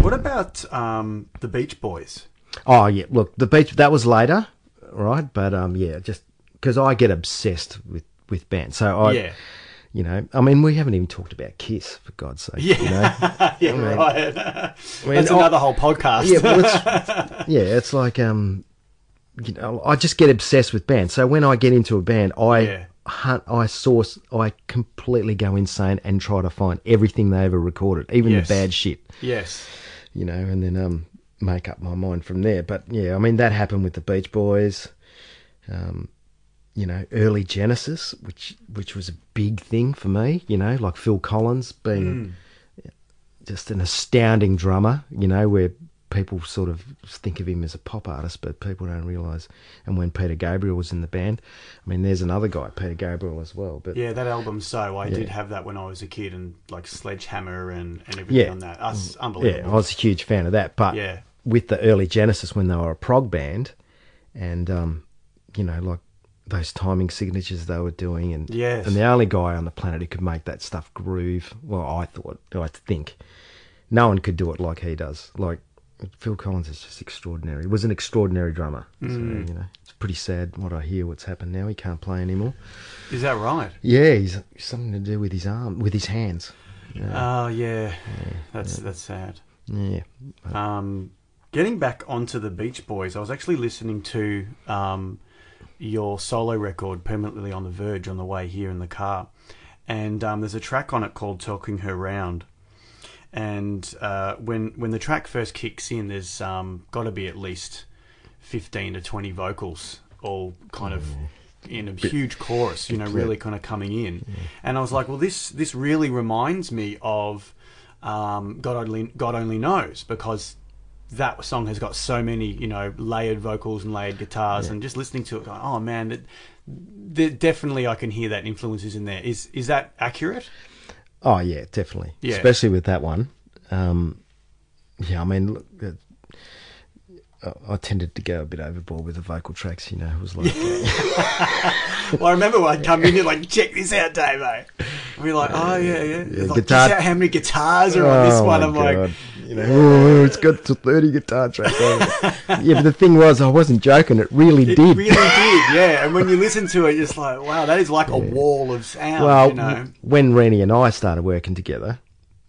[SPEAKER 1] What about um, the Beach Boys?
[SPEAKER 2] Oh yeah, look, the beach that was later, right? But um, yeah, just because I get obsessed with with bands, so I,
[SPEAKER 1] Yeah.
[SPEAKER 2] you know, I mean, we haven't even talked about Kiss for God's sake, you know.
[SPEAKER 1] yeah, right.
[SPEAKER 2] mean,
[SPEAKER 1] That's
[SPEAKER 2] I-
[SPEAKER 1] another whole podcast.
[SPEAKER 2] yeah, well, it's, yeah, it's like um, you know, I just get obsessed with bands. So when I get into a band, I
[SPEAKER 1] Yeah.
[SPEAKER 2] hunt, I source, I completely go insane and try to find everything they ever recorded, even
[SPEAKER 1] Yes.
[SPEAKER 2] the bad shit,
[SPEAKER 1] Yes.
[SPEAKER 2] you know, and then um, make up my mind from there. But yeah, I mean, that happened with the Beach Boys, um, you know, early Genesis, which which was a big thing for me, you know, like Phil Collins being just an astounding drummer, you know, where people sort of think of him as a pop artist, but people don't realise. And when Peter Gabriel was in the band, I mean, there's another guy, Peter Gabriel, as well. But
[SPEAKER 1] Yeah, that album. So I did have that when I was a kid, and like Sledgehammer and, and everything
[SPEAKER 2] Yeah. Mm.
[SPEAKER 1] on that. That's
[SPEAKER 2] yeah, I
[SPEAKER 1] unbelievable.
[SPEAKER 2] was a huge fan of that. But
[SPEAKER 1] Yeah.
[SPEAKER 2] with the early Genesis, when they were a prog band, and um, you know, like those timing signatures they were doing, and
[SPEAKER 1] Yes.
[SPEAKER 2] and the only guy on the planet who could make that stuff groove. Well, I thought, I think, no one could do it like he does. Like Phil Collins is just extraordinary. He was an extraordinary drummer.
[SPEAKER 1] Mm.
[SPEAKER 2] So you know, it's pretty sad what I hear. What's happened now? He can't play anymore.
[SPEAKER 1] Is that right?
[SPEAKER 2] Yeah, he's something to do with his arm, with his hands.
[SPEAKER 1] Oh yeah. That's that's sad.
[SPEAKER 2] Yeah.
[SPEAKER 1] Um, getting back onto the Beach Boys, I was actually listening to um, your solo record, Permanently on the Verge, on the way here in the car. And um, there's a track on it called Talking Her Round. And uh, when, when the track first kicks in, there's um, got to be at least 15 to 20 vocals, all kind of in a huge chorus, you know, really kind of coming in. And I was like, well, this, this really reminds me of um, God only God only knows because that song has got so many you know layered vocals and layered guitars and just listening to it going oh man that, that definitely I can hear that influences in there is is that accurate
[SPEAKER 2] Oh yeah, definitely.
[SPEAKER 1] Yeah.
[SPEAKER 2] Especially with that one. Um, yeah, I mean, look, uh, I, I tended to go a bit overboard with the vocal tracks. You know, it was like,
[SPEAKER 1] well I remember when I'd come in here like check this out Dave I'd be like oh yeah yeah, It's like,
[SPEAKER 2] guitar-
[SPEAKER 1] guess out how many guitars are on this
[SPEAKER 2] Oh,
[SPEAKER 1] one
[SPEAKER 2] my
[SPEAKER 1] I'm like
[SPEAKER 2] God. you know, "Oh, it's got to thirty guitar tracks. on it." yeah, but the thing was, I wasn't joking. It really
[SPEAKER 1] it
[SPEAKER 2] did.
[SPEAKER 1] really did yeah and when you listen to it it's like wow that is like a wall of sound
[SPEAKER 2] well,
[SPEAKER 1] you know
[SPEAKER 2] w- when Rennie and I started working together,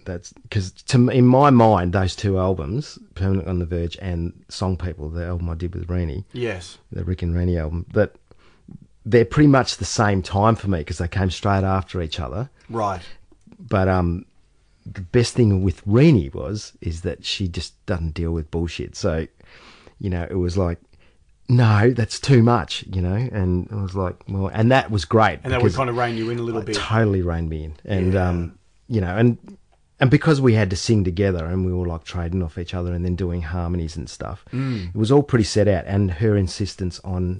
[SPEAKER 2] that's because to m- in my mind, those two albums, Permanent on the Verge and Song People, the album I did with Rennie,
[SPEAKER 1] yes
[SPEAKER 2] the Rick and Rennie album, that they're pretty much the same time for me because they came straight after each other.
[SPEAKER 1] right
[SPEAKER 2] But um, the best thing with Rennie was is that she just doesn't deal with bullshit. So, you know, it was like, no, that's too much, you know. And it was like, well, and that was great.
[SPEAKER 1] and that would
[SPEAKER 2] because-
[SPEAKER 1] kind of rein you in a little bit
[SPEAKER 2] Totally reined me in, and
[SPEAKER 1] Yeah.
[SPEAKER 2] um, you know, and and because we had to sing together and we were like trading off each other and then doing harmonies and stuff, it was all pretty set out. And her insistence on,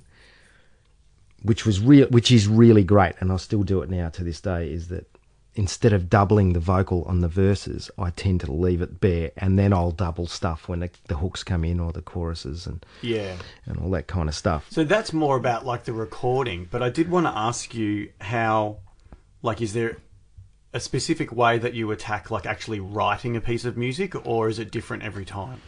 [SPEAKER 2] which was real, which is really great, and I still do it now to this day, is that instead of doubling the vocal on the verses, I tend to leave it bare, and then I'll double stuff when the, the hooks come in or the choruses and
[SPEAKER 1] yeah
[SPEAKER 2] and all that kind of stuff.
[SPEAKER 1] So that's more about like the recording, but I did want to ask you how, like, is there a specific way that you attack like actually writing a piece of music, or is it different every time?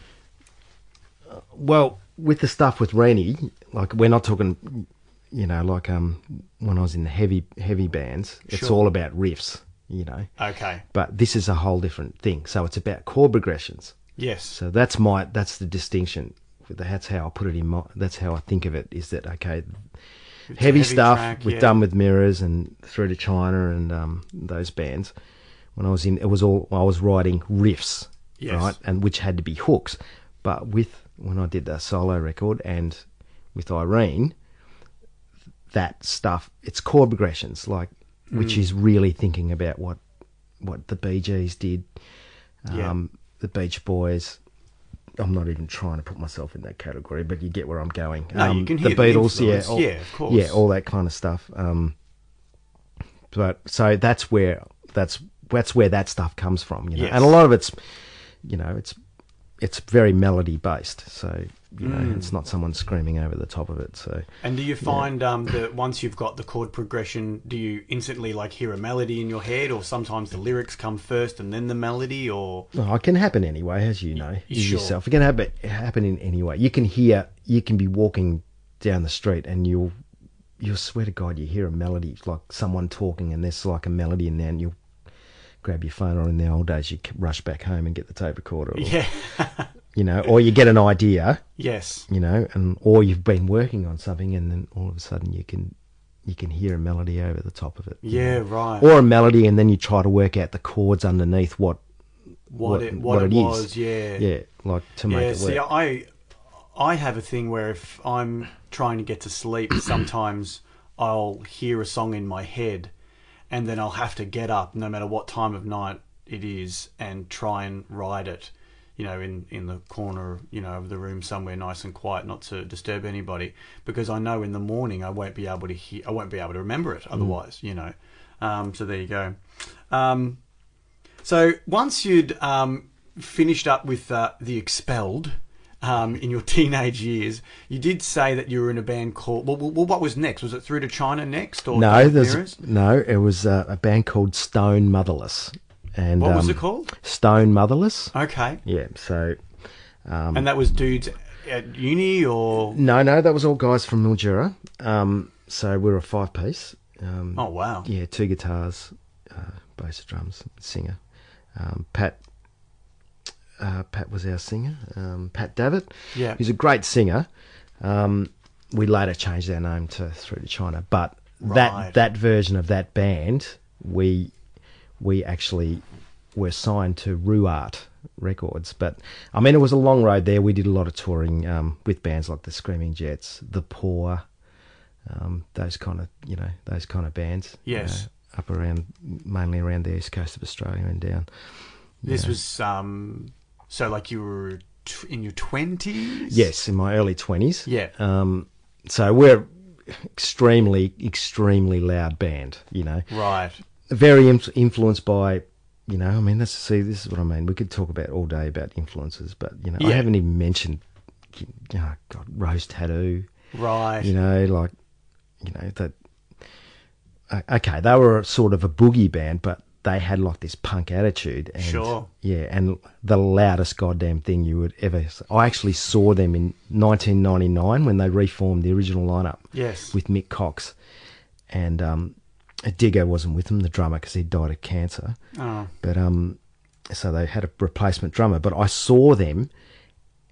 [SPEAKER 2] well, with the stuff with Rennie, like we're not talking, you know, like um when I was in the heavy heavy bands, it's
[SPEAKER 1] Sure.
[SPEAKER 2] all about riffs, you know.
[SPEAKER 1] Okay.
[SPEAKER 2] But this is a whole different thing. So it's about chord progressions.
[SPEAKER 1] Yes.
[SPEAKER 2] So that's my that's the distinction. That's how I put it in my. That's how I think of it. Is that okay? Heavy,
[SPEAKER 1] heavy
[SPEAKER 2] stuff
[SPEAKER 1] track,
[SPEAKER 2] with
[SPEAKER 1] yeah.
[SPEAKER 2] Done with Mirrors and through to China and um, those bands. When I was in, it was all I was writing riffs,
[SPEAKER 1] Yes.
[SPEAKER 2] right, and which had to be hooks. But with when I did the solo record and with Irene, that stuff it's chord progressions, like
[SPEAKER 1] Mm.
[SPEAKER 2] which is really thinking about what what the Bee Gees did,
[SPEAKER 1] Yeah.
[SPEAKER 2] um, the Beach Boys. I'm not even trying to put myself in that category, but you get where I'm going.
[SPEAKER 1] No, you can hear the influence.
[SPEAKER 2] all-
[SPEAKER 1] Yeah, of course.
[SPEAKER 2] yeah, all that kind of stuff. Um, but so that's where that's that's where that stuff comes from, you know.
[SPEAKER 1] Yes.
[SPEAKER 2] And a lot of it's, you know, it's it's very melody based, so you know,
[SPEAKER 1] Mm.
[SPEAKER 2] it's not someone screaming over the top of it. So
[SPEAKER 1] And do you find um, that once you've got the chord progression, do you instantly like hear a melody in your head, or sometimes the lyrics come first and then the melody, or
[SPEAKER 2] Oh, it can happen anyway, as you know you
[SPEAKER 1] Sure.
[SPEAKER 2] yourself. It can happen happen in any way. You can hear, you can be walking down the street, and you'll you'll swear to God, you hear a melody like someone talking, and there's like a melody in there, and you'll grab your phone, or in the old days, you c- rush back home and get the tape recorder, or,
[SPEAKER 1] yeah,
[SPEAKER 2] you know, or you get an idea,
[SPEAKER 1] yes,
[SPEAKER 2] you know, and or you've been working on something, and then all of a sudden you can you can hear a melody over the top of it.
[SPEAKER 1] Yeah, right.
[SPEAKER 2] Or a melody, and then you try to work out the chords underneath what
[SPEAKER 1] what,
[SPEAKER 2] what-
[SPEAKER 1] it, what,
[SPEAKER 2] what
[SPEAKER 1] it,
[SPEAKER 2] it is.
[SPEAKER 1] was, yeah.
[SPEAKER 2] yeah, like to
[SPEAKER 1] Yeah,
[SPEAKER 2] make it work.
[SPEAKER 1] see, I, I have a thing where if I'm trying to get to sleep, sometimes I'll hear a song in my head, and then I'll have to get up, no matter what time of night it is, and try and ride it, you know, in in the corner, you know, of the room somewhere nice and quiet, not to disturb anybody, because I know in the morning I won't be able to hear, I won't be able to remember
[SPEAKER 2] Mm.
[SPEAKER 1] it otherwise, you know. Um, so there you go. Um, so once you'd um, finished up with uh, the expelled um, in your teenage years, you did say that you were in a band called. Well, well well, what was next? Was it through to China next, or
[SPEAKER 2] no,
[SPEAKER 1] Jack
[SPEAKER 2] there's,
[SPEAKER 1] Mirrors?
[SPEAKER 2] no, it was uh, a band called Stone Motherless, and
[SPEAKER 1] What was
[SPEAKER 2] um,
[SPEAKER 1] it called?
[SPEAKER 2] Stone Motherless.
[SPEAKER 1] Okay,
[SPEAKER 2] Yeah, so um,
[SPEAKER 1] and that was dudes at uni, or
[SPEAKER 2] no, no, that was all guys from Mildura. Um, so we were a five piece. Um,
[SPEAKER 1] oh wow,
[SPEAKER 2] Yeah, two guitars, uh, bass, drums, singer. Um, Pat. Uh, Pat was our singer. Um, Pat Davitt.
[SPEAKER 1] Yeah.
[SPEAKER 2] he's a great singer. Um, we later changed our name to Through to China, but
[SPEAKER 1] Right.
[SPEAKER 2] that that version of that band, we we actually were signed to Ruart Records. But I mean, it was a long road there. We did a lot of touring um, with bands like the Screaming Jets, the Poor, um, those kind of you know those kind of bands. you
[SPEAKER 1] Yes.
[SPEAKER 2] know, up around mainly around the east coast of Australia and down.
[SPEAKER 1] this was um, so like you were tw- in your twenties.
[SPEAKER 2] Yes, in my early twenties.
[SPEAKER 1] Yeah.
[SPEAKER 2] Um, so we're extremely extremely loud band. You know,
[SPEAKER 1] Right.
[SPEAKER 2] very inf- influenced by. You know, I mean, that's see, this is what I mean. We could talk about all day about influences, but you know, I
[SPEAKER 1] Yeah.
[SPEAKER 2] haven't even mentioned. You know, God, Rose Tattoo.
[SPEAKER 1] Right.
[SPEAKER 2] you know, like, you know, that. o- Okay, they were sort of a boogie band, but they had like this punk attitude. And,
[SPEAKER 1] Sure.
[SPEAKER 2] Yeah, and the loudest goddamn thing you would ever. s- I actually saw them in 1999 when they reformed the original lineup.
[SPEAKER 1] Yes.
[SPEAKER 2] With Mick Cox, and um, Diggo wasn't with them, the drummer, because he died of cancer
[SPEAKER 1] Oh.
[SPEAKER 2] but um, so they had a replacement drummer. But I saw them,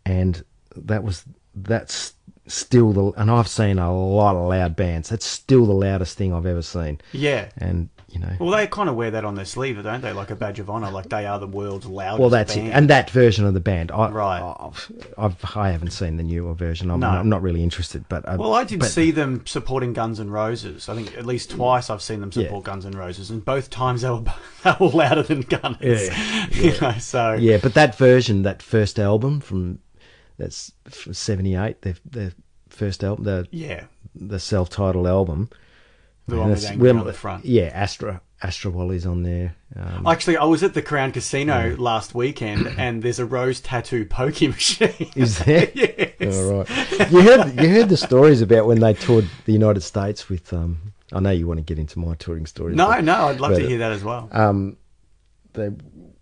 [SPEAKER 2] and that was that's still the and I've seen a lot of loud bands. That's still the loudest thing I've ever seen.
[SPEAKER 1] Yeah.
[SPEAKER 2] And you know, well,
[SPEAKER 1] Well, they kind of wear that on their sleeve, don't they? Like a badge of honor. Like they are the world's loudest.
[SPEAKER 2] that's
[SPEAKER 1] band.
[SPEAKER 2] it. And that version of the band, I,
[SPEAKER 1] Right.
[SPEAKER 2] I've, I've I haven't seen the newer version. I'm,
[SPEAKER 1] No.
[SPEAKER 2] I'm not really interested. But uh,
[SPEAKER 1] Well, I did
[SPEAKER 2] but-
[SPEAKER 1] see them supporting Guns N' Roses. I think at least twice I've seen them
[SPEAKER 2] Yeah.
[SPEAKER 1] support Guns N' Roses, and both times they were, they were louder than Guns.
[SPEAKER 2] Yeah,
[SPEAKER 1] You know, so
[SPEAKER 2] Yeah, but that version, that first album from that's '78, their their first album, the
[SPEAKER 1] yeah,
[SPEAKER 2] the self-titled album.
[SPEAKER 1] the
[SPEAKER 2] Yeah,
[SPEAKER 1] one with
[SPEAKER 2] that's-
[SPEAKER 1] Angry
[SPEAKER 2] we're-
[SPEAKER 1] on the front.
[SPEAKER 2] Yeah, Astra Astra Wally's on there. Um,
[SPEAKER 1] Actually, I was at the Crown Casino last weekend, and there's a rose tattoo pokey machine.
[SPEAKER 2] is there?
[SPEAKER 1] yes.
[SPEAKER 2] All right. You heard you heard the stories about when they toured the United States with. Um, I know you want to get into my touring stories.
[SPEAKER 1] No,
[SPEAKER 2] but
[SPEAKER 1] no, I'd love to
[SPEAKER 2] But-
[SPEAKER 1] hear that as well.
[SPEAKER 2] Uh, They,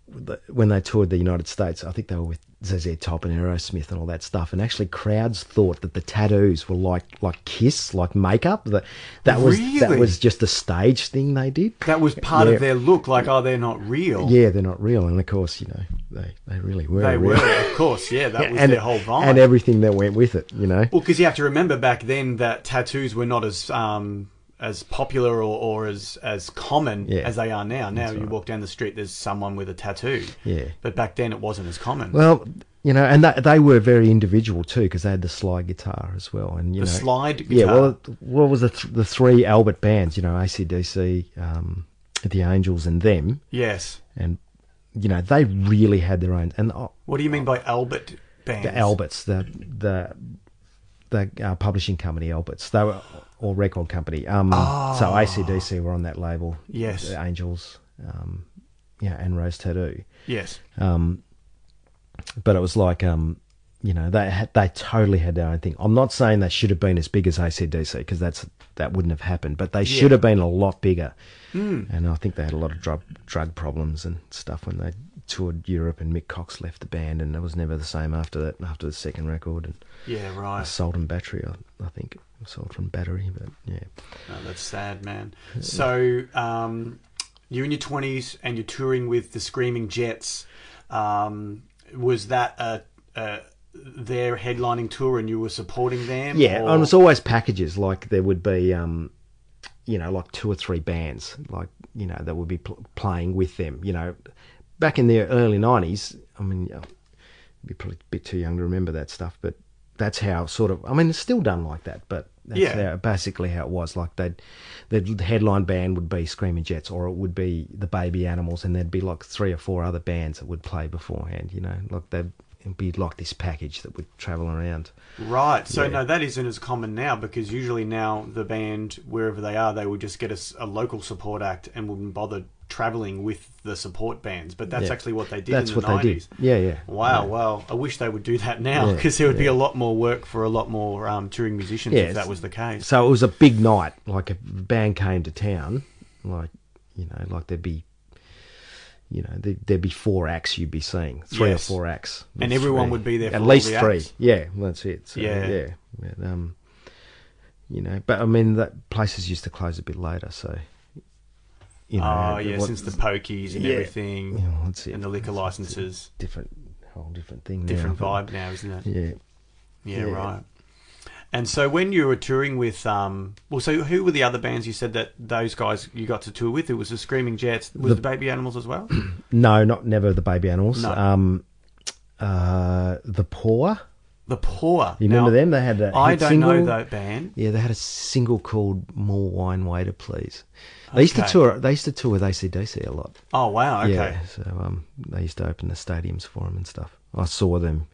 [SPEAKER 2] the- when they toured the United States, I think they were with ZZ Top and Aerosmith and all that stuff. And actually, crowds thought that the tattoos were like like Kiss, like makeup. That that was
[SPEAKER 1] Really?
[SPEAKER 2] that was just a stage thing they did.
[SPEAKER 1] that was part
[SPEAKER 2] yeah.
[SPEAKER 1] of their look. Like, oh, they're not real.
[SPEAKER 2] Yeah, they're not real. And of course, you know, they they really were.
[SPEAKER 1] they
[SPEAKER 2] real.
[SPEAKER 1] were, of course. Yeah, that was their whole vibe.
[SPEAKER 2] and everything that went with it, you know.
[SPEAKER 1] Well, because you have to remember back then that tattoos were not as um, as popular or, or as as common
[SPEAKER 2] Yeah.
[SPEAKER 1] as they are now. Now you
[SPEAKER 2] right.
[SPEAKER 1] walk down the street, there's someone with a tattoo.
[SPEAKER 2] Yeah.
[SPEAKER 1] But back then it wasn't as common.
[SPEAKER 2] Well, you know, and that, they were very individual too because they had the slide guitar as well, and you
[SPEAKER 1] the
[SPEAKER 2] know,
[SPEAKER 1] slide guitar.
[SPEAKER 2] yeah. Well, what was the th- the three Albert bands? You know, ACDC, um, the Angels, and them,
[SPEAKER 1] yes.
[SPEAKER 2] and you know, they really had their own. And uh,
[SPEAKER 1] What do you mean by Albert bands?
[SPEAKER 2] the Alberts, the the the uh, publishing company Alberts, they were or record company. Um, so ACDC were on that label.
[SPEAKER 1] Ah. Yes.
[SPEAKER 2] the Angels, um, yeah, and Rose Tattoo.
[SPEAKER 1] Yes.
[SPEAKER 2] but it was like um you know they had they totally had their own thing i'm not saying they should have been as big as acdc because that's that wouldn't have happened but they should have been a lot bigger and i think they had a lot of drug drug problems and stuff when they toured europe and mick cox left the band and it was never the same after that after the second record and
[SPEAKER 1] Yeah, right.
[SPEAKER 2] sold and battery i, I think sold from battery but yeah
[SPEAKER 1] No, that's sad, man. So, um, you're in your 20s and you're touring with the Screaming Jets. Um, was that a, a, their headlining tour and you were supporting them?
[SPEAKER 2] Yeah,
[SPEAKER 1] or-
[SPEAKER 2] and it's always packages. Like there would be, um, you know, like two or three bands, like, you know, that would be pl- playing with them. You know, back in the early 90s, I mean, yeah, you're probably a bit too young to remember that stuff, but that's how sort of, I mean, it's still done like that, but that's
[SPEAKER 1] Yeah.
[SPEAKER 2] how, basically how it was. Like, they'd, the headline band would be Screaming Jets or it would be the Baby Animals, and there'd be like three or four other bands that would play beforehand, you know, like they'd it'd be like this package that would travel around.
[SPEAKER 1] Right. So
[SPEAKER 2] Yeah.
[SPEAKER 1] no, that isn't as common now because usually now the band wherever they are, they would just get a, s- a local support act and wouldn't bother traveling with the support bands. But that's
[SPEAKER 2] Yeah.
[SPEAKER 1] actually what they did.
[SPEAKER 2] That's
[SPEAKER 1] in the
[SPEAKER 2] what they
[SPEAKER 1] 90s.
[SPEAKER 2] did. Yeah, yeah.
[SPEAKER 1] Wow. Well, I wish they would do that now
[SPEAKER 2] Yeah,
[SPEAKER 1] because there would be a lot more work for a lot more um, touring musicians if
[SPEAKER 2] Yes.
[SPEAKER 1] that was the case.
[SPEAKER 2] So it was a big night. Like if a band came to town, like you know, like there'd be, you know, there'd, there'd be four acts you'd be seeing, three
[SPEAKER 1] Yes.
[SPEAKER 2] or four acts,
[SPEAKER 1] And everyone
[SPEAKER 2] Three.
[SPEAKER 1] would be there for
[SPEAKER 2] at
[SPEAKER 1] all
[SPEAKER 2] least
[SPEAKER 1] the
[SPEAKER 2] three.
[SPEAKER 1] acts.
[SPEAKER 2] Yeah, well, that's it. So,
[SPEAKER 1] Yeah.
[SPEAKER 2] yeah, yeah. But, um, you know, but I mean, that places used to close a bit later, so you
[SPEAKER 1] oh
[SPEAKER 2] it
[SPEAKER 1] yeah,
[SPEAKER 2] was-
[SPEAKER 1] since the pokies and
[SPEAKER 2] Yeah.
[SPEAKER 1] everything,
[SPEAKER 2] Yeah, well, that's it.
[SPEAKER 1] and the liquor licenses,
[SPEAKER 2] different whole different thing, now,
[SPEAKER 1] different
[SPEAKER 2] but-
[SPEAKER 1] vibe now, isn't it?
[SPEAKER 2] Yeah.
[SPEAKER 1] Yeah,
[SPEAKER 2] Yeah.
[SPEAKER 1] right. And so when you were touring with, um, well, so who were the other bands you said that those guys you got to tour with? It was the Screaming Jets, was the,
[SPEAKER 2] The-
[SPEAKER 1] Baby Animals as well?
[SPEAKER 2] No, not never the baby animals.
[SPEAKER 1] No.
[SPEAKER 2] Um, uh, the poor.
[SPEAKER 1] the Poor.
[SPEAKER 2] You remember
[SPEAKER 1] Now,
[SPEAKER 2] them? They had a
[SPEAKER 1] I
[SPEAKER 2] hit
[SPEAKER 1] don't
[SPEAKER 2] single.
[SPEAKER 1] know that band.
[SPEAKER 2] Yeah, they had a single called "More Wine, Waiter, Please." They used to
[SPEAKER 1] Okay.
[SPEAKER 2] tour. They used to tour with ACDC a lot.
[SPEAKER 1] Oh wow, okay.
[SPEAKER 2] Yeah, so um, they used to open the stadiums for them and stuff. I saw them.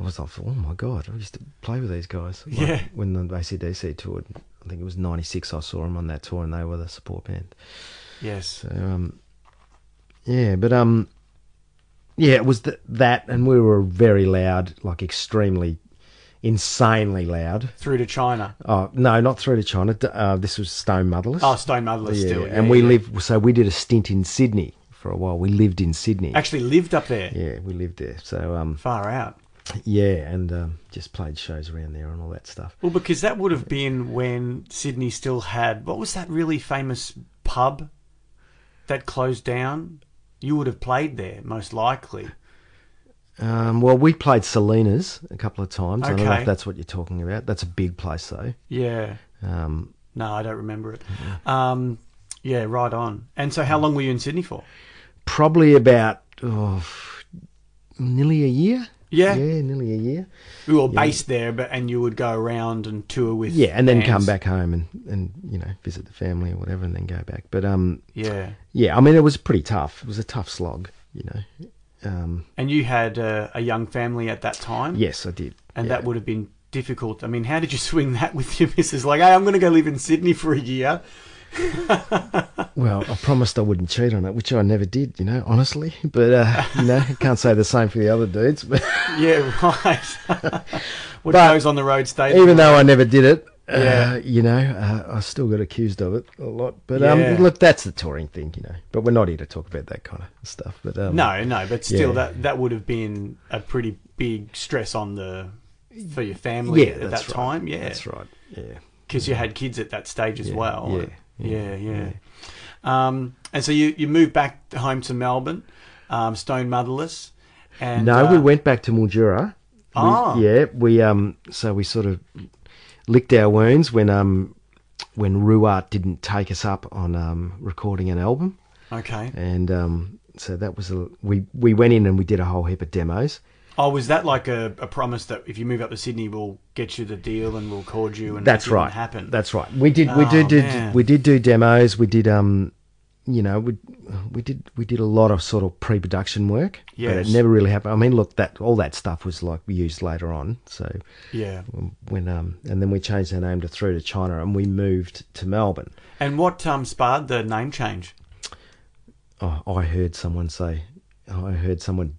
[SPEAKER 2] I was like, oh my god, I used to play with these guys. Like,
[SPEAKER 1] Yeah.
[SPEAKER 2] When the ACDC toured, I think it was '96. I saw them on that tour, and they were the support band.
[SPEAKER 1] Yes.
[SPEAKER 2] So um, yeah, but um, yeah, it was th- that, and we were very loud, like extremely, insanely loud.
[SPEAKER 1] Through to China.
[SPEAKER 2] Oh no, not through to China. D- Uh, this was Stone Motherless.
[SPEAKER 1] Oh, Stone Motherless still. yeah,
[SPEAKER 2] and we
[SPEAKER 1] yeah.
[SPEAKER 2] lived. So we did a stint in Sydney for a while. We lived in Sydney.
[SPEAKER 1] actually lived up there.
[SPEAKER 2] yeah, we lived there. So um,
[SPEAKER 1] Far out.
[SPEAKER 2] yeah, and um, just played shows around there and all that stuff.
[SPEAKER 1] Well, because that would have been when Sydney still had what was that really famous pub that closed down? You would have played there most likely.
[SPEAKER 2] Um, well, we played Selena's a couple of times. I don't know
[SPEAKER 1] Okay.
[SPEAKER 2] if that's what you're talking about. That's a big place though.
[SPEAKER 1] Yeah.
[SPEAKER 2] Um,
[SPEAKER 1] No, I don't remember it. Um, yeah, right on. And so, how long were you in Sydney for?
[SPEAKER 2] probably about oh, f- nearly a year.
[SPEAKER 1] Yeah.
[SPEAKER 2] yeah, nearly a year.
[SPEAKER 1] We were based there, but and you would go around and tour with.
[SPEAKER 2] Yeah, and then come
[SPEAKER 1] bands.
[SPEAKER 2] back home and and you know visit the family or whatever, and then go back. But um,
[SPEAKER 1] Yeah,
[SPEAKER 2] yeah, I mean it was pretty tough. It was a tough slog, you know. Um,
[SPEAKER 1] and you had uh, a young family at that time.
[SPEAKER 2] yes, I did.
[SPEAKER 1] and
[SPEAKER 2] Yeah.
[SPEAKER 1] that would have been difficult. I mean, how did you swing that with your missus? Like, hey, I'm going to go live in Sydney for a year.
[SPEAKER 2] well, I promised I wouldn't cheat on it, which I never did, you know, honestly. But uh, you know, I can't say the same for the other dudes. But
[SPEAKER 1] Yeah, right. what
[SPEAKER 2] But-
[SPEAKER 1] goes on the road stays.
[SPEAKER 2] even though I never did it,
[SPEAKER 1] Yeah.
[SPEAKER 2] uh, you know, uh, I still got accused of it a lot. But um,
[SPEAKER 1] Yeah.
[SPEAKER 2] look, that's the touring thing, you know. But we're not here to talk about that kind of stuff. But um,
[SPEAKER 1] no, no, but still,
[SPEAKER 2] Yeah.
[SPEAKER 1] that that would have been a pretty big stress on the for your family at that
[SPEAKER 2] that's right.
[SPEAKER 1] time. Yeah,
[SPEAKER 2] that's right. Yeah.
[SPEAKER 1] because you had kids at that stage as
[SPEAKER 2] Yeah,
[SPEAKER 1] well. yeah,
[SPEAKER 2] yeah,
[SPEAKER 1] yeah. Um, and so you, you moved back home to Melbourne, um, Stone Motherless. And
[SPEAKER 2] no,
[SPEAKER 1] uh,
[SPEAKER 2] we went back to Mildura. We-
[SPEAKER 1] Ah.
[SPEAKER 2] yeah, we um, so we sort of licked our wounds when um, when Ruart didn't take us up on um, recording an album,
[SPEAKER 1] uh, Okay.
[SPEAKER 2] and um, so that was a we we went in and we did a whole heap of demos.
[SPEAKER 1] Oh, was that like a, a promise that if you move up to Sydney, we'll get you the deal and we'll record you? And
[SPEAKER 2] That's
[SPEAKER 1] it didn't
[SPEAKER 2] right.
[SPEAKER 1] Happen.
[SPEAKER 2] That's right. We did. we
[SPEAKER 1] Oh,
[SPEAKER 2] did. did
[SPEAKER 1] man.
[SPEAKER 2] we did do demos. We did. Um, you know, we we did we did a lot of sort of pre-production work. But
[SPEAKER 1] Yes.
[SPEAKER 2] it never really happened. I mean, look, that all that stuff was like used later on. So
[SPEAKER 1] yeah.
[SPEAKER 2] when um, and then we changed our name to Through to China, and we moved to Melbourne.
[SPEAKER 1] And what um, sparred the name change?
[SPEAKER 2] Oh, I heard someone say, I heard someone.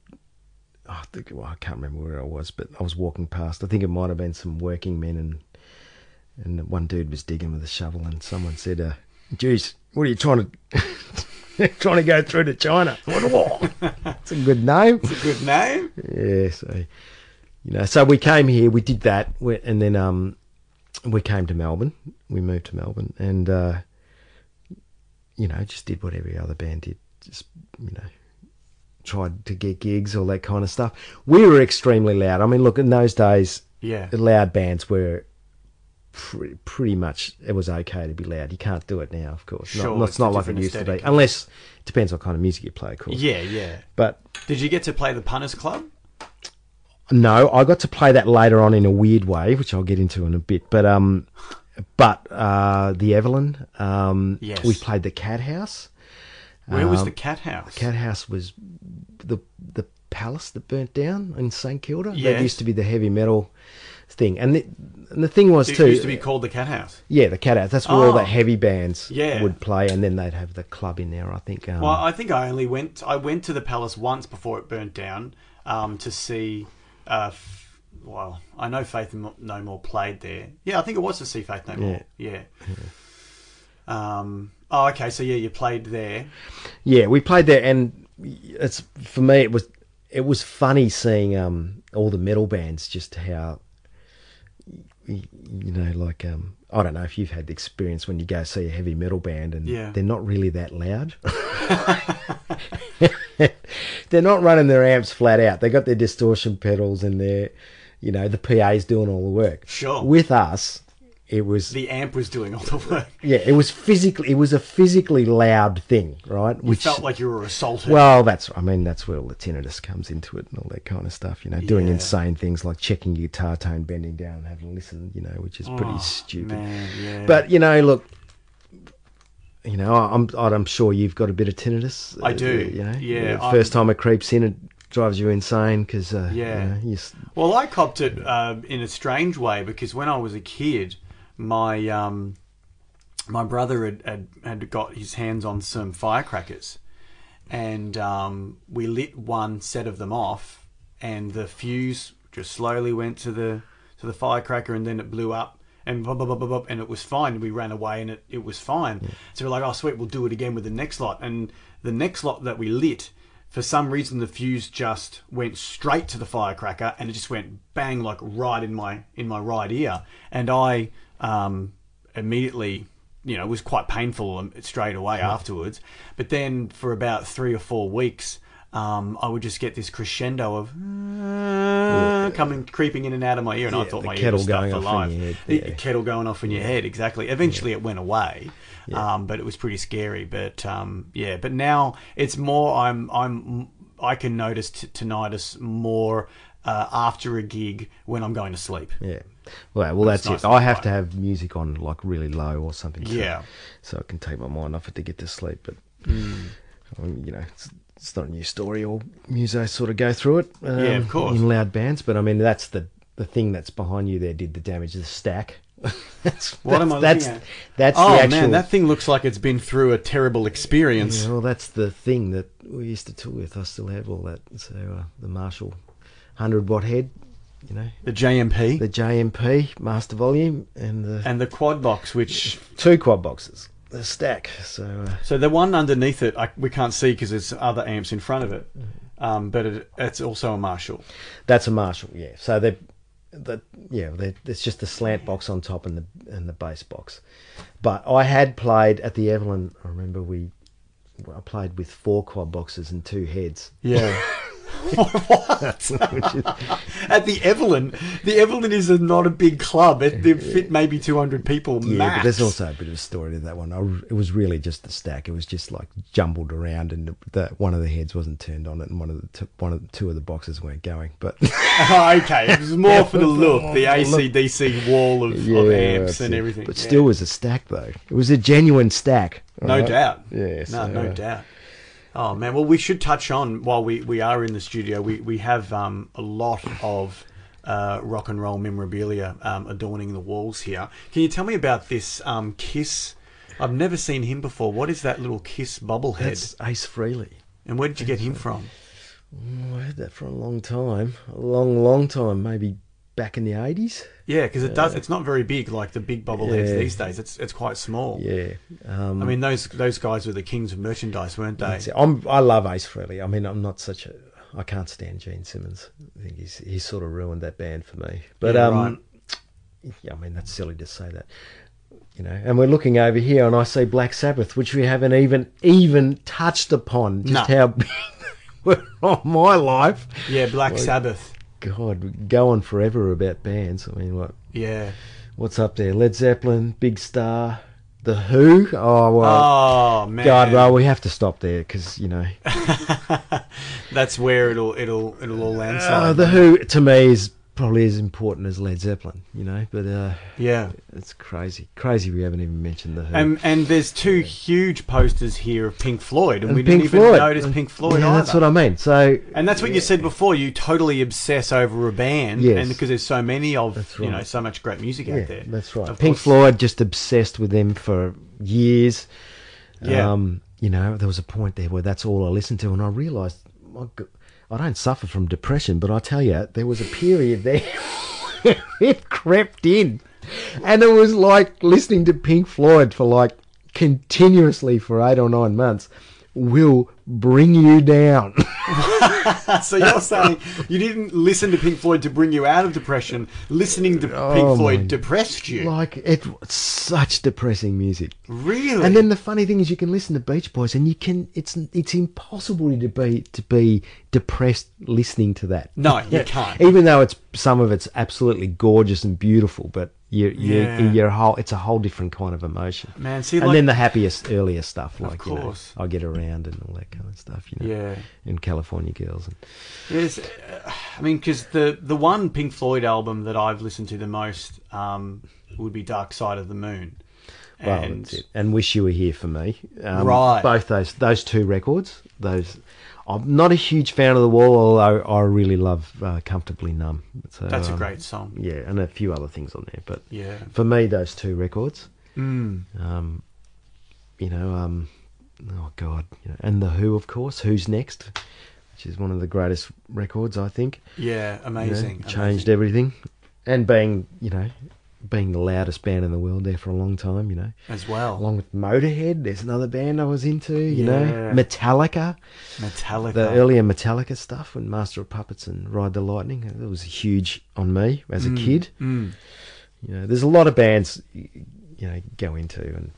[SPEAKER 2] oh, I think well, I can't remember where I was, but I was walking past. I think it might have been some working men, and and one dude was digging with a shovel, and someone said, uh, "Geez, what are you trying to trying to go through to China?" I went, "Whoa, It's a good name.
[SPEAKER 1] It's a good name.
[SPEAKER 2] Yeah, so you know, so we came here, we did that, we, and then um, we came to Melbourne. We moved to Melbourne, and uh, you know, just did what every other band did. Just you know, tried to get gigs, all that kind of stuff. We were extremely loud. I mean, look, in those days,
[SPEAKER 1] Yeah.
[SPEAKER 2] the loud bands were pre- pretty much it was okay to be loud. You can't do it now, of course. Not-
[SPEAKER 1] Sure,
[SPEAKER 2] not, it's,
[SPEAKER 1] it's a
[SPEAKER 2] not like it
[SPEAKER 1] different
[SPEAKER 2] used to
[SPEAKER 1] aesthetic.
[SPEAKER 2] be, unless it depends what kind of music you play, of course.
[SPEAKER 1] Yeah, yeah.
[SPEAKER 2] But
[SPEAKER 1] Did you get to play the Punters Club?
[SPEAKER 2] no, I got to play that later on in a weird way, which I'll get into in a bit. But um, but uh, the Evelyn, um,
[SPEAKER 1] Yes.
[SPEAKER 2] we played the Cat House.
[SPEAKER 1] Where was
[SPEAKER 2] Um,
[SPEAKER 1] the Cat House?
[SPEAKER 2] Cat House was the the palace that burnt down in St Kilda.
[SPEAKER 1] Yes.
[SPEAKER 2] That used to be the heavy metal thing, and the, and the thing was
[SPEAKER 1] it
[SPEAKER 2] too.
[SPEAKER 1] used to be called the Cat House.
[SPEAKER 2] yeah, the Cat House. That's where all
[SPEAKER 1] Oh.
[SPEAKER 2] the heavy bands
[SPEAKER 1] Yeah.
[SPEAKER 2] would play, and then they'd have the club in there. I think. Um,
[SPEAKER 1] Well, I think I only went. I went to the palace once before it burnt down um, to see. Uh, f- well, I know Faith Mo- No More played there. Yeah, I think it was to see Faith No More. Yeah. Um. Oh, okay. So yeah, you played there.
[SPEAKER 2] Yeah, we played there, and it's for me. It was it was funny seeing um, all the metal bands, just how y- you know, like um, I don't know if you've had the experience when you go see a heavy metal band and
[SPEAKER 1] Yeah.
[SPEAKER 2] they're not really that loud. they're not running their amps flat out. They got their distortion pedals and their, you know, the PA's doing all the work.
[SPEAKER 1] Sure.
[SPEAKER 2] With us, it was
[SPEAKER 1] The amp was doing all the work. You
[SPEAKER 2] yeah, it was physically. It was a physically loud thing, right? Which
[SPEAKER 1] felt like you were assaulted.
[SPEAKER 2] well, that's I mean that's where all the tinnitus comes into it and all that kind of stuff. You know, doing
[SPEAKER 1] Yeah.
[SPEAKER 2] insane things like checking your guitar tone, bending down, and having a listen. You know, which is pretty
[SPEAKER 1] Oh,
[SPEAKER 2] stupid.
[SPEAKER 1] man, yeah.
[SPEAKER 2] But you know, look, you know, I'm I'm sure you've got a bit of tinnitus. uh,
[SPEAKER 1] I do.
[SPEAKER 2] You know,
[SPEAKER 1] Yeah,
[SPEAKER 2] The
[SPEAKER 1] I'm-
[SPEAKER 2] first time it creeps in, it drives you insane because uh,
[SPEAKER 1] Yeah.
[SPEAKER 2] you know, you s-
[SPEAKER 1] Well, I copped it uh, in a strange way because when I was a kid, my um, my brother had, had, had got his hands on some firecrackers, and um, we lit one set of them off, and the fuse just slowly went to the to the firecracker, and then it blew up. And, blah, blah, blah, blah, blah, and it was fine. We ran away and it, it was fine. So we're like, oh, sweet, we'll do it again with the next lot. And the next lot that we lit, for some reason the fuse just went straight to the firecracker and it just went bang like right in my in my right ear and i um, immediately you know it was quite painful um, straight away afterwards but then for about three or four weeks um, I would just get this crescendo of uh, coming creeping in and out of my ear, and I thought
[SPEAKER 2] the
[SPEAKER 1] my ear
[SPEAKER 2] kettle
[SPEAKER 1] was stuffed
[SPEAKER 2] going off in
[SPEAKER 1] alive.
[SPEAKER 2] your head,
[SPEAKER 1] The-
[SPEAKER 2] yeah.
[SPEAKER 1] the kettle going off in your head. Exactly. Eventually, it went away, um, but it was pretty scary. But um, yeah, but now it's more. I'm I'm I can notice t- tinnitus more uh, after a gig when I'm going to sleep.
[SPEAKER 2] Yeah. Well, well,
[SPEAKER 1] That's nice
[SPEAKER 2] that's, it.
[SPEAKER 1] and
[SPEAKER 2] I have
[SPEAKER 1] quiet.
[SPEAKER 2] to have music on like really low or something. so-
[SPEAKER 1] Yeah.
[SPEAKER 2] So, I can take my mind off it to get to sleep. But
[SPEAKER 1] Mm.
[SPEAKER 2] um, you know, it's, it's not a new story. All musos sort of go through it. Um,
[SPEAKER 1] Yeah, of course.
[SPEAKER 2] In loud bands, but I mean, that's the the thing that's behind you there did the damage. The stack. that's,
[SPEAKER 1] What am I looking
[SPEAKER 2] that's,
[SPEAKER 1] at?
[SPEAKER 2] That's
[SPEAKER 1] oh
[SPEAKER 2] the actual.
[SPEAKER 1] man, that thing looks like it's been through a terrible experience.
[SPEAKER 2] Yeah, well, that's the thing that we used to tour with. I still have all that. So uh, the Marshall hundred watt head, you know,
[SPEAKER 1] The JMP
[SPEAKER 2] the JMP master volume, and the
[SPEAKER 1] and the quad box, which
[SPEAKER 2] two quad boxes, a stack. So uh,
[SPEAKER 1] so the one underneath it I, we can't see because there's other amps in front of it, um, but it, it's also a Marshall.
[SPEAKER 2] that's a Marshall, yeah. So they, the yeah, they, it's just the slant box on top and the and the bass box. But I had played at the Evelyn. I remember we, I played with four quad boxes and two heads.
[SPEAKER 1] Yeah. what? At the Evelyn, the Evelyn is a, not a big club. It, it fit maybe 200 people
[SPEAKER 2] Yeah,
[SPEAKER 1] max.
[SPEAKER 2] but there's also a bit of a story to that one. I, r- it was really just the stack. It was just like jumbled around, and the, the, one of the heads wasn't turned on it, and one of the t- one of the, two of the boxes weren't going. But
[SPEAKER 1] Oh, okay, it was more for the look, the ACDC wall of, of amps and
[SPEAKER 2] absolutely.
[SPEAKER 1] everything.
[SPEAKER 2] But
[SPEAKER 1] Yeah.
[SPEAKER 2] still was a stack though. It was a genuine stack.
[SPEAKER 1] no
[SPEAKER 2] alright?
[SPEAKER 1] doubt.
[SPEAKER 2] Yeah,
[SPEAKER 1] no,
[SPEAKER 2] so,
[SPEAKER 1] no
[SPEAKER 2] uh,
[SPEAKER 1] doubt. Oh man, well we should touch on while we, we are in the studio. We we have um, a lot of uh, rock and roll memorabilia um, adorning the walls here. Can you tell me about this um, Kiss? I've never seen him before. What is that little Kiss bobblehead?
[SPEAKER 2] That's Ace Frehley.
[SPEAKER 1] And where did you get him from?
[SPEAKER 2] Oh, I had that for a long time, a long, long time. Maybe back in the eighties.
[SPEAKER 1] Yeah, because it does. It's not very big like the big bobbleheads
[SPEAKER 2] Uh, Yeah.
[SPEAKER 1] these days. It's it's quite small.
[SPEAKER 2] Yeah. Um,
[SPEAKER 1] I mean, those those guys were the kings of merchandise, weren't they?
[SPEAKER 2] that's it. I'm, I love Ace Frehley. I mean, I'm not such a. I can't stand Gene Simmons. I think he's he's sort of ruined that band for me. But
[SPEAKER 1] Yeah,
[SPEAKER 2] um, yeah, I mean that's silly to say that. You know, and we're looking over here, and I see Black Sabbath, which we haven't even even touched upon. Just
[SPEAKER 1] No.
[SPEAKER 2] how big they were on my life.
[SPEAKER 1] Yeah, Black
[SPEAKER 2] Well,
[SPEAKER 1] Sabbath.
[SPEAKER 2] God, we go on forever about bands. I mean, what
[SPEAKER 1] Yeah,
[SPEAKER 2] What's up there? Led Zeppelin, Big Star, The Who. Oh well,
[SPEAKER 1] Oh man,
[SPEAKER 2] God, well we have to stop there because you know
[SPEAKER 1] that's where it'll it'll it'll all
[SPEAKER 2] uh,
[SPEAKER 1] landslide.
[SPEAKER 2] The Who to me is probably as important as Led Zeppelin. You know, but uh,
[SPEAKER 1] yeah.
[SPEAKER 2] it's crazy, crazy we haven't even mentioned The Who.
[SPEAKER 1] And, and there's two huge posters here of Pink Floyd, and, we didn't
[SPEAKER 2] Pink
[SPEAKER 1] even
[SPEAKER 2] Floyd.
[SPEAKER 1] notice Pink Floyd
[SPEAKER 2] yeah,
[SPEAKER 1] either.
[SPEAKER 2] that's what I mean. So
[SPEAKER 1] and that's what you said before. You totally obsess over a band,
[SPEAKER 2] Yes.
[SPEAKER 1] and because there's so many of
[SPEAKER 2] That's
[SPEAKER 1] you
[SPEAKER 2] right.
[SPEAKER 1] know so much great music
[SPEAKER 2] yeah,
[SPEAKER 1] out there.
[SPEAKER 2] that's right.
[SPEAKER 1] Of
[SPEAKER 2] Pink
[SPEAKER 1] course-
[SPEAKER 2] Floyd just obsessed with them for years.
[SPEAKER 1] Yeah.
[SPEAKER 2] Um, you know, there was a point there where that's all I listened to, and I realised, my God, I don't suffer from depression, but I tell you, there was a period there where it crept in, and it was like listening to Pink Floyd for like continuously for eight or nine months will bring you down.
[SPEAKER 1] so you're saying you didn't listen to Pink Floyd to bring you out of depression. Listening to
[SPEAKER 2] Oh,
[SPEAKER 1] Pink Floyd
[SPEAKER 2] my-
[SPEAKER 1] depressed you.
[SPEAKER 2] like it, such depressing music.
[SPEAKER 1] really?
[SPEAKER 2] And then the funny thing is, you can listen to Beach Boys, and you can. It's it's impossible to be to be depressed listening to that.
[SPEAKER 1] No, you can't.
[SPEAKER 2] Even though it's some of it's absolutely gorgeous and beautiful, but you you
[SPEAKER 1] Yeah.
[SPEAKER 2] you're a whole. It's a whole different kind of emotion.
[SPEAKER 1] Man, see,
[SPEAKER 2] and
[SPEAKER 1] like-
[SPEAKER 2] then the happiest earlier stuff, like
[SPEAKER 1] course.
[SPEAKER 2] you know, I get around and all that kind of stuff. You know,
[SPEAKER 1] Yeah.
[SPEAKER 2] and California girls. And,
[SPEAKER 1] Yes, uh, I mean, because the the one Pink Floyd album that I've listened to the most um, would be Dark Side of the Moon.
[SPEAKER 2] well,
[SPEAKER 1] And-
[SPEAKER 2] that's it. And wish you were here for me. Um,
[SPEAKER 1] Right.
[SPEAKER 2] Both those those two records. Those. I'm not a huge fan of the wall, although I really love uh, "Comfortably Numb." So,
[SPEAKER 1] That's a
[SPEAKER 2] um,
[SPEAKER 1] great song.
[SPEAKER 2] Yeah, and a few other things on there, but
[SPEAKER 1] Yeah.
[SPEAKER 2] for me, those two records.
[SPEAKER 1] Mm.
[SPEAKER 2] Um, you know, um, oh God, you know, and the Who, of course. Who's next? Which is one of the greatest records, I think.
[SPEAKER 1] Yeah,
[SPEAKER 2] you know,
[SPEAKER 1] amazing.
[SPEAKER 2] changed
[SPEAKER 1] amazing.
[SPEAKER 2] everything, and being you know, being the loudest band in the world there for a long time. You know
[SPEAKER 1] as well.
[SPEAKER 2] along with Motorhead. There's another band I was into, you
[SPEAKER 1] Yeah.
[SPEAKER 2] know, Metallica,
[SPEAKER 1] Metallica.
[SPEAKER 2] the earlier Metallica stuff when Master of Puppets and Ride the Lightning. That was huge on me as a kid.
[SPEAKER 1] Mm.
[SPEAKER 2] You know, there's a lot of bands y- you know go into and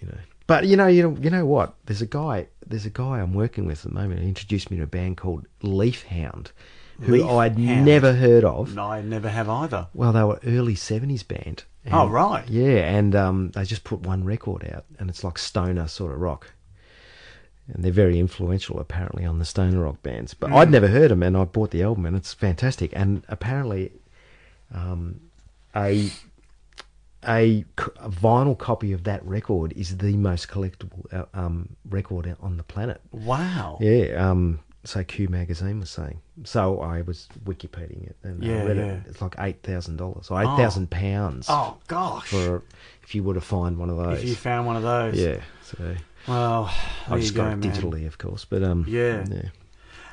[SPEAKER 2] you know, but you know, you know, you know what? There's a guy, there's a guy I'm working with at the moment. He introduced me to a band called Leaf Hound, who
[SPEAKER 1] Leaf
[SPEAKER 2] I'd
[SPEAKER 1] Hound.
[SPEAKER 2] never heard of.
[SPEAKER 1] No, I never have either.
[SPEAKER 2] Well, they were early '70s band. And-
[SPEAKER 1] Oh, right.
[SPEAKER 2] Yeah, and um, they just put one record out, and it's like stoner sort of rock. And they're very influential, apparently, on the stoner rock bands. But
[SPEAKER 1] Mm.
[SPEAKER 2] I'd never heard them, and I bought the album, and it's fantastic. And apparently, um, a a, c- a vinyl copy of that record is the most collectible uh, um, record on the planet.
[SPEAKER 1] Wow.
[SPEAKER 2] Yeah, um, so Q magazine was saying. So I was Wikipediating it and
[SPEAKER 1] Yeah,
[SPEAKER 2] I read
[SPEAKER 1] yeah.
[SPEAKER 2] it. It's like eight thousand dollars or eight thousand pounds
[SPEAKER 1] Oh gosh.
[SPEAKER 2] for if you were to find one of
[SPEAKER 1] if you
[SPEAKER 2] those.
[SPEAKER 1] found one of those.
[SPEAKER 2] Yeah. So
[SPEAKER 1] Well, there
[SPEAKER 2] I just
[SPEAKER 1] you go,
[SPEAKER 2] got it
[SPEAKER 1] man.
[SPEAKER 2] digitally, of course, but um,
[SPEAKER 1] Yeah.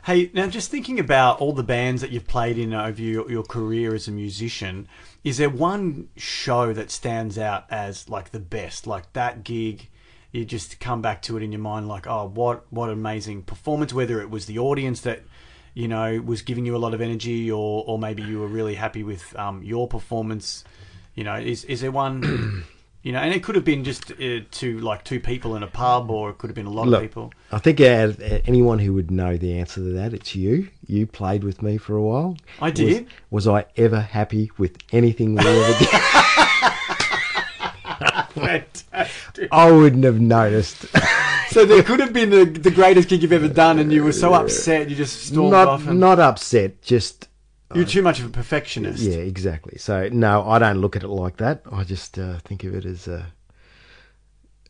[SPEAKER 1] Hey, now just thinking about all the bands that you've played in over your, your career as a musician, is there one show that stands out as like the best? Like that gig, you just come back to it in your mind, like, oh, what what amazing performance! Whether it was the audience that you know was giving you a lot of energy, or or maybe you were really happy with um, your performance. You know, is is there one? You know, and it could have been just uh, to like two people in a pub, or it could have been a lot
[SPEAKER 2] Look,
[SPEAKER 1] of people.
[SPEAKER 2] I think uh, anyone who would know the answer to that, it's you. You played with me for a while.
[SPEAKER 1] I
[SPEAKER 2] Was-
[SPEAKER 1] did.
[SPEAKER 2] Was, I ever happy with anything we ever did? I wouldn't have noticed.
[SPEAKER 1] So there could have been the, the greatest gig you've ever done, and you were so upset you just stormed off.
[SPEAKER 2] not
[SPEAKER 1] And
[SPEAKER 2] not upset. Just
[SPEAKER 1] you're too much of a perfectionist.
[SPEAKER 2] Yeah, exactly. So no, I don't look at it like that. I just uh, think of it as, uh,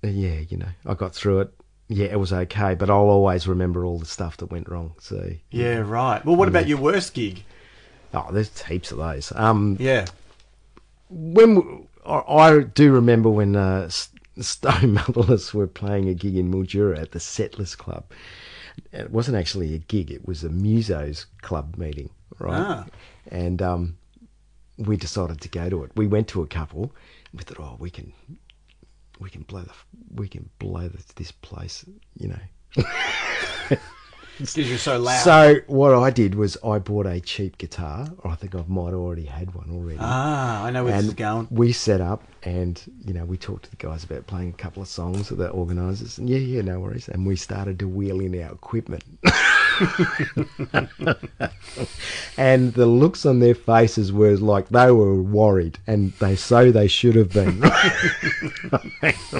[SPEAKER 2] uh, yeah, you know, I got through it. Yeah, it was okay, but I'll always remember all the stuff that went wrong. So
[SPEAKER 1] Yeah, right. Well, what about your worst gig?
[SPEAKER 2] oh, there's heaps of those. Um,
[SPEAKER 1] Yeah.
[SPEAKER 2] when w- I, I do remember when uh, S- Stone Motherless were playing a gig in Mildura at the Settlers Club. It wasn't actually a gig; it was a Musos Club meeting, right?
[SPEAKER 1] Ah.
[SPEAKER 2] And um, we decided to go to it. We went to a couple. We thought, oh, we can, we can blow the, f- we can blow this, this place, you know.
[SPEAKER 1] Because you're so loud.
[SPEAKER 2] So what I did was I bought a cheap guitar. Or I think I might have already had one already.
[SPEAKER 1] ah, I know where this is
[SPEAKER 2] and
[SPEAKER 1] going.
[SPEAKER 2] we set up and you know we talked to the guys about playing a couple of songs with the organisers and yeah yeah no worries and we started to wheel in our equipment and the looks on their faces were like they were worried, and they so they should have been.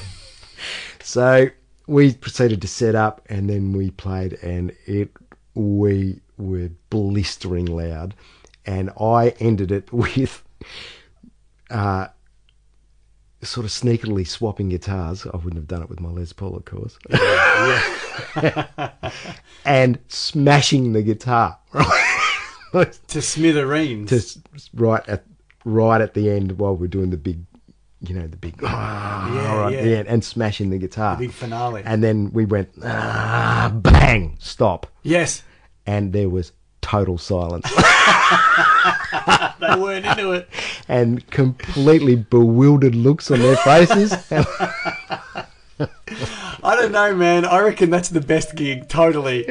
[SPEAKER 2] so we proceeded to set up, and then we played, and it we were blistering loud, and I ended it with. Uh, sort of sneakily swapping guitars. I wouldn't have done it with my Les Paul, of course. and smashing the guitar right,
[SPEAKER 1] to smithereens.
[SPEAKER 2] to s- right at right at the end while we're doing the big, you know, the big yeah, right at the
[SPEAKER 1] yeah.
[SPEAKER 2] end, and smashing the guitar.
[SPEAKER 1] big finale.
[SPEAKER 2] And then we went ah, bang stop,
[SPEAKER 1] yes,
[SPEAKER 2] and there was total silence.
[SPEAKER 1] they weren't into it.
[SPEAKER 2] and completely bewildered looks on their faces. And
[SPEAKER 1] I don't know, man. I reckon that's the best gig. Totally,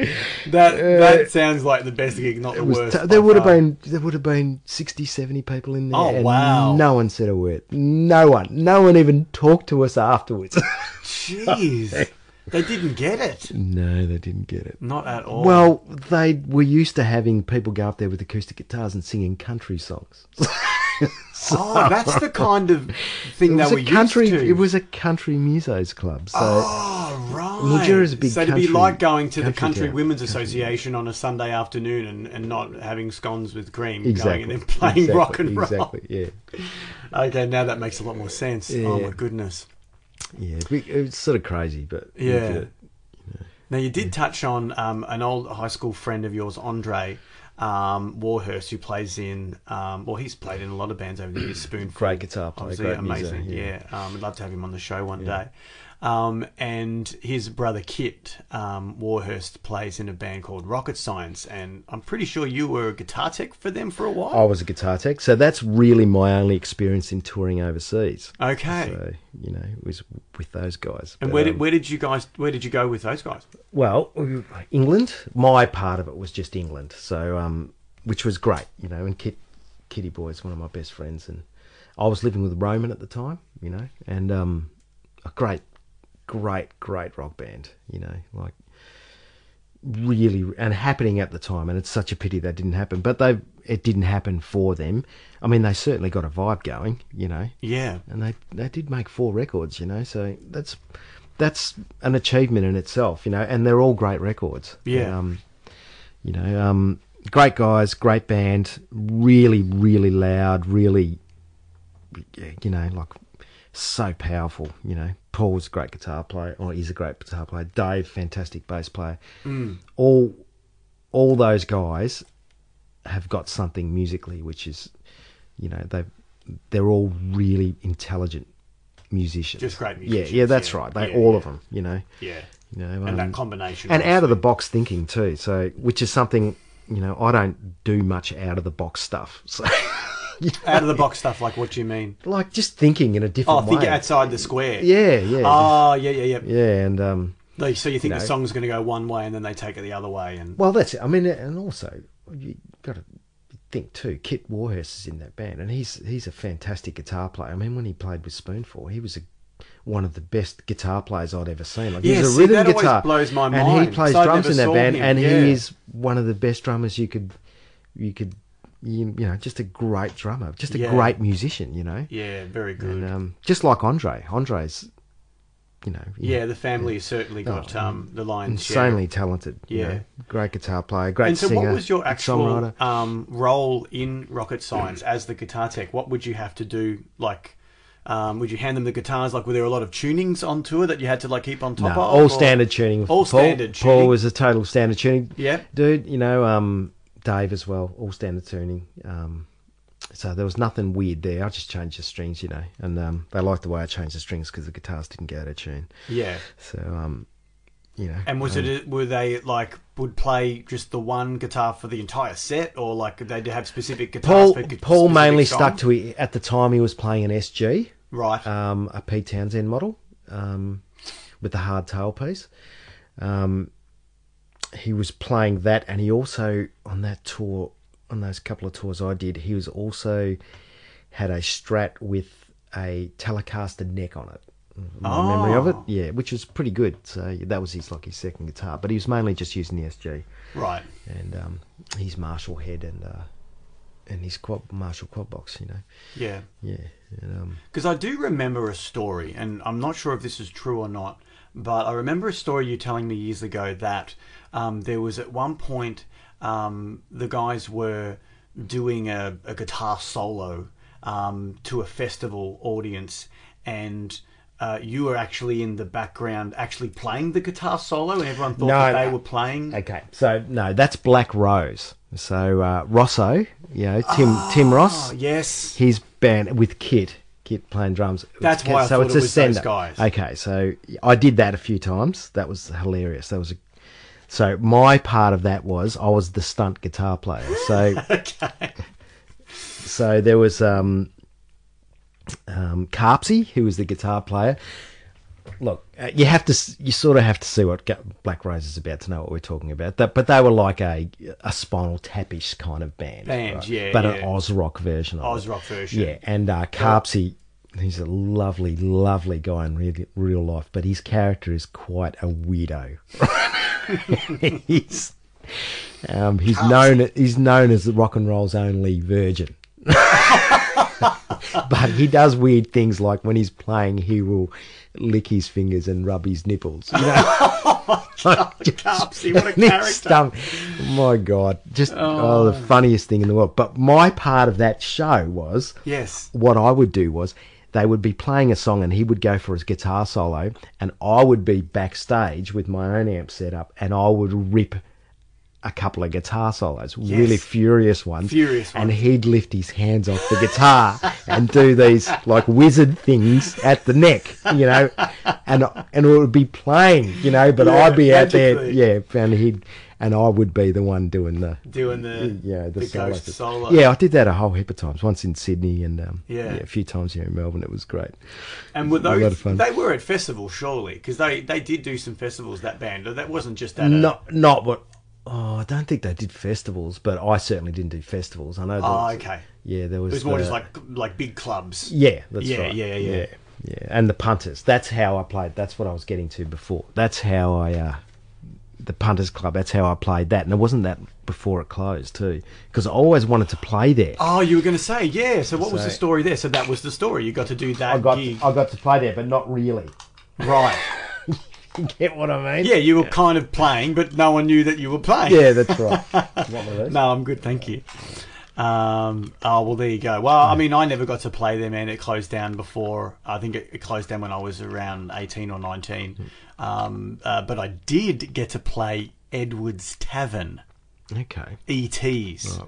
[SPEAKER 1] that that sounds like the best gig, not the
[SPEAKER 2] it was
[SPEAKER 1] worst.
[SPEAKER 2] t-
[SPEAKER 1] by
[SPEAKER 2] there would have
[SPEAKER 1] far.
[SPEAKER 2] been there would have been 60, 70 people in there.
[SPEAKER 1] Oh,
[SPEAKER 2] and
[SPEAKER 1] wow.
[SPEAKER 2] No one said a word. No one. No one even talked to us afterwards.
[SPEAKER 1] Jeez, they didn't get it.
[SPEAKER 2] no, they didn't get it.
[SPEAKER 1] Not at all.
[SPEAKER 2] Well, they were used to having people go up there with acoustic guitars and singing country songs.
[SPEAKER 1] oh, that's the kind of thing
[SPEAKER 2] it
[SPEAKER 1] that
[SPEAKER 2] was
[SPEAKER 1] we
[SPEAKER 2] a country.
[SPEAKER 1] used to.
[SPEAKER 2] It was a country musos club. So
[SPEAKER 1] Oh right,
[SPEAKER 2] Mildura's a big
[SPEAKER 1] so it'd be
[SPEAKER 2] country-
[SPEAKER 1] like going to the
[SPEAKER 2] country
[SPEAKER 1] Country
[SPEAKER 2] town.
[SPEAKER 1] Women's Association on a Sunday afternoon and, and not having scones with cream,
[SPEAKER 2] exactly,
[SPEAKER 1] going and then playing
[SPEAKER 2] exactly,
[SPEAKER 1] rock and roll.
[SPEAKER 2] Exactly. Yeah.
[SPEAKER 1] Okay, now that makes a lot more sense. Oh
[SPEAKER 2] Yeah.
[SPEAKER 1] my goodness.
[SPEAKER 2] Yeah. It, was sort of crazy, but we
[SPEAKER 1] Yeah.
[SPEAKER 2] did it.
[SPEAKER 1] Now you did touch on um, an old high school friend of yours, Andre um, Warhurst, who plays in. Um, well, he's played in a lot of bands over the years. Spoonful,
[SPEAKER 2] Great guitar player,
[SPEAKER 1] obviously
[SPEAKER 2] great
[SPEAKER 1] amazing.
[SPEAKER 2] musician,
[SPEAKER 1] yeah, Um, I'd love to have him on the show one day. Um, and his brother Kit um, Warhurst plays in a band called Rocket Science, and I'm pretty sure you were a guitar tech for them for a
[SPEAKER 2] I
[SPEAKER 1] while.
[SPEAKER 2] was a guitar tech, so that's really my only experience in touring overseas.
[SPEAKER 1] okay.
[SPEAKER 2] Oh, So you know, it was with those guys.
[SPEAKER 1] and
[SPEAKER 2] But,
[SPEAKER 1] where
[SPEAKER 2] um,
[SPEAKER 1] did where did you guys where did you go with those guys?
[SPEAKER 2] Well, we- England. My part of it was just England, so um, which was great, you know. And Kit, Kitty Boy is one of my best friends, and I was living with Roman at the time, you know, and um, a great, great, great rock band, you know, like really and happening at the time. And it's such a pity that didn't happen, but they it didn't happen for them. I mean, they certainly got a vibe going, you know
[SPEAKER 1] Yeah.
[SPEAKER 2] and they they did make four records, you know. So that's that's an achievement in itself, you know. And they're all great records.
[SPEAKER 1] Yeah.
[SPEAKER 2] Um, you know, um, great guys, great band, really, really loud, really, you know, like so powerful. You know, Paul's a great guitar player, or he's a great guitar player. Dave, fantastic bass player.
[SPEAKER 1] Mm.
[SPEAKER 2] All all those guys have got something musically, which is, you know, they they're all really intelligent musicians.
[SPEAKER 1] Just great musicians,
[SPEAKER 2] Yeah, yeah, that's
[SPEAKER 1] yeah.
[SPEAKER 2] right. They
[SPEAKER 1] Yeah,
[SPEAKER 2] all
[SPEAKER 1] yeah.
[SPEAKER 2] of them. You know,
[SPEAKER 1] Yeah.
[SPEAKER 2] you know,
[SPEAKER 1] And
[SPEAKER 2] um,
[SPEAKER 1] that combination.
[SPEAKER 2] and
[SPEAKER 1] obviously.
[SPEAKER 2] out of the box thinking too. So, which is something you know, I don't do much out of the box stuff. So,
[SPEAKER 1] out of the box stuff like what do you mean?
[SPEAKER 2] like just thinking in a
[SPEAKER 1] Oh,
[SPEAKER 2] different way.
[SPEAKER 1] think outside the square.
[SPEAKER 2] yeah, yeah,
[SPEAKER 1] Oh, yeah, yeah, yeah.
[SPEAKER 2] yeah, and um,
[SPEAKER 1] Like, So you think
[SPEAKER 2] No.
[SPEAKER 1] the song's going to go one way and then they take it the other way, and
[SPEAKER 2] well, that's it. I mean, and also you got to think too. Kit Warhurst is in that band, and he's he's a fantastic guitar player. I mean, when he played with Spoonful, he was a one of the best guitar players I'd ever seen. Like
[SPEAKER 1] Yeah,
[SPEAKER 2] he's a
[SPEAKER 1] see,
[SPEAKER 2] rhythm
[SPEAKER 1] that always
[SPEAKER 2] guitar,
[SPEAKER 1] blows my
[SPEAKER 2] and
[SPEAKER 1] mind,
[SPEAKER 2] he plays
[SPEAKER 1] 'cause I
[SPEAKER 2] drums
[SPEAKER 1] never
[SPEAKER 2] in that
[SPEAKER 1] saw
[SPEAKER 2] band,
[SPEAKER 1] him,
[SPEAKER 2] and
[SPEAKER 1] yeah.
[SPEAKER 2] he is one of the best drummers you could you could you, you know just a great drummer, just a
[SPEAKER 1] Yeah.
[SPEAKER 2] great musician. You know,
[SPEAKER 1] yeah, very good.
[SPEAKER 2] and um, just like Andre, Andre's you know
[SPEAKER 1] yeah, the family has certainly got
[SPEAKER 2] Oh,
[SPEAKER 1] um, the lion's share.
[SPEAKER 2] insanely talented. you
[SPEAKER 1] Yeah.
[SPEAKER 2] know, great guitar player, great
[SPEAKER 1] And so,
[SPEAKER 2] singer,
[SPEAKER 1] what was your
[SPEAKER 2] good
[SPEAKER 1] actual
[SPEAKER 2] songwriter.
[SPEAKER 1] um, role in rocket science as the guitar tech? What would you have to do? Like, um, would you hand them the guitars? Like, were there a lot of tunings on tour that you had to like keep on top
[SPEAKER 2] No,
[SPEAKER 1] of?
[SPEAKER 2] all
[SPEAKER 1] or-
[SPEAKER 2] standard tuning.
[SPEAKER 1] All
[SPEAKER 2] Paul.
[SPEAKER 1] standard
[SPEAKER 2] Paul
[SPEAKER 1] tuning.
[SPEAKER 2] was a total standard tuning.
[SPEAKER 1] Yeah.
[SPEAKER 2] dude. You know, um, Dave as well. All standard tuning. Um, so there was nothing weird there. I just changed the strings, you know, and um, they liked the way I changed the strings because the guitars didn't go out of tune.
[SPEAKER 1] Yeah.
[SPEAKER 2] So, um, you know, um,
[SPEAKER 1] And was it were they like would play just the one guitar for the entire set, or like they'd have specific guitars?
[SPEAKER 2] Paul?
[SPEAKER 1] for gu-
[SPEAKER 2] Paul
[SPEAKER 1] specific
[SPEAKER 2] mainly
[SPEAKER 1] song?
[SPEAKER 2] stuck to it at the time. He was playing an SG.
[SPEAKER 1] right.
[SPEAKER 2] um, a Pete Townsend model um, with the hard tail piece. Um, he was playing that, and he also on that tour, on those couple of tours I did, he was also had a Strat with a Telecaster neck on it. my
[SPEAKER 1] Oh.
[SPEAKER 2] memory of it. Yeah, which was pretty good. So that was his like his second guitar, but he was mainly just using the SG
[SPEAKER 1] Right.
[SPEAKER 2] and um, his Marshall head and uh, and his quad Marshall quad box. You know,
[SPEAKER 1] Yeah.
[SPEAKER 2] yeah. And, um,
[SPEAKER 1] Because I do remember a story, and I'm not sure if this is true or not, but I remember a story you telling me years ago that um, there was at one point um, the guys were doing a, a guitar solo um, to a festival audience, and uh, you were actually in the background, actually playing the guitar solo, and everyone thought
[SPEAKER 2] No,
[SPEAKER 1] that they
[SPEAKER 2] no.
[SPEAKER 1] were playing.
[SPEAKER 2] Okay, so no, that's Black Rose. So uh, Rosso, you know Tim Tim Ross,
[SPEAKER 1] Oh, yes.
[SPEAKER 2] his band with Kit, Kit playing drums.
[SPEAKER 1] That's why I thought it was those guys.
[SPEAKER 2] Okay, so I did that a few times. That was hilarious. That was a, so my part of that was I was the stunt guitar player. So
[SPEAKER 1] Okay.
[SPEAKER 2] so there was um, um, Carpsey, who was the guitar player. Look, uh, you have to, s- you sort of have to see what Ga- Black Rose is about to know what we're talking about. That, but they were like a a Spinal Tapish kind of band,
[SPEAKER 1] Band, yeah,
[SPEAKER 2] but an
[SPEAKER 1] yeah.
[SPEAKER 2] Oz rock version of it.
[SPEAKER 1] Oz rock version.
[SPEAKER 2] Yeah, and uh, Carpsey, he's a lovely, lovely guy in real, real life, but his character is quite a weirdo. he's um, he's known he's known as the rock and roll's only virgin. but he does weird things like when he's playing, he will lick his fingers and rub his nipples. You know?
[SPEAKER 1] Carpsey, what a
[SPEAKER 2] Nick
[SPEAKER 1] character.
[SPEAKER 2] Stump. My God, just oh. the funniest thing in the world. But my part of that show was
[SPEAKER 1] Yes.
[SPEAKER 2] what I would do was they would be playing a song and he would go for his guitar solo and I would be backstage with my own amp set up and I would rip a couple of guitar solos, really furious ones.
[SPEAKER 1] Furious
[SPEAKER 2] And he'd lift his hands off the guitar and do these like wizard things at the neck, you know. And and it would be playing, you know, but
[SPEAKER 1] Yeah,
[SPEAKER 2] I'd be out there
[SPEAKER 1] magically.
[SPEAKER 2] yeah, and he'd and I would be the one doing the
[SPEAKER 1] Doing the,
[SPEAKER 2] yeah, the, solo.
[SPEAKER 1] ghost
[SPEAKER 2] thing.
[SPEAKER 1] solo.
[SPEAKER 2] Yeah, I did that a whole heap of times. Once in Sydney and um,
[SPEAKER 1] Yeah.
[SPEAKER 2] yeah. a few times here in Melbourne. It was great.
[SPEAKER 1] And were
[SPEAKER 2] a lot
[SPEAKER 1] those
[SPEAKER 2] of fun.
[SPEAKER 1] they were at festivals surely because they they did do some festivals that band. That uh, wasn't just at a,
[SPEAKER 2] Not not what. Oh, I don't think they did festivals, but I certainly didn't do festivals. I know. there
[SPEAKER 1] Oh,
[SPEAKER 2] was-
[SPEAKER 1] okay.
[SPEAKER 2] Yeah, there was.
[SPEAKER 1] It was more
[SPEAKER 2] the-
[SPEAKER 1] just like like big clubs.
[SPEAKER 2] Yeah, that's
[SPEAKER 1] Yeah,
[SPEAKER 2] right.
[SPEAKER 1] yeah, yeah.
[SPEAKER 2] yeah, yeah. And the punters. That's how I played. That's what I was getting to before. That's how I. Uh, the punters club. That's how I played that, and it wasn't that before it closed too, because I always wanted to play there.
[SPEAKER 1] Oh, you were going to say yeah. So what was the
[SPEAKER 2] So-
[SPEAKER 1] story there? So that was the story. You got to do that
[SPEAKER 2] I got
[SPEAKER 1] gig,
[SPEAKER 2] I got to oh. play there, but not really.
[SPEAKER 1] right?
[SPEAKER 2] You get what I mean?
[SPEAKER 1] Yeah, you were kind of playing, but no one knew that you were playing.
[SPEAKER 2] Yeah, that's right. Not one of those.
[SPEAKER 1] No, I'm good, thank you. Um, oh well, there you go. Well, I mean, I never got to play there, man. It closed down before. I think it, it closed down when I was around 18 or 19.
[SPEAKER 2] Mm-hmm.
[SPEAKER 1] Um, uh, but I did get to play Edwards Tavern.
[SPEAKER 2] Okay.
[SPEAKER 1] ETs E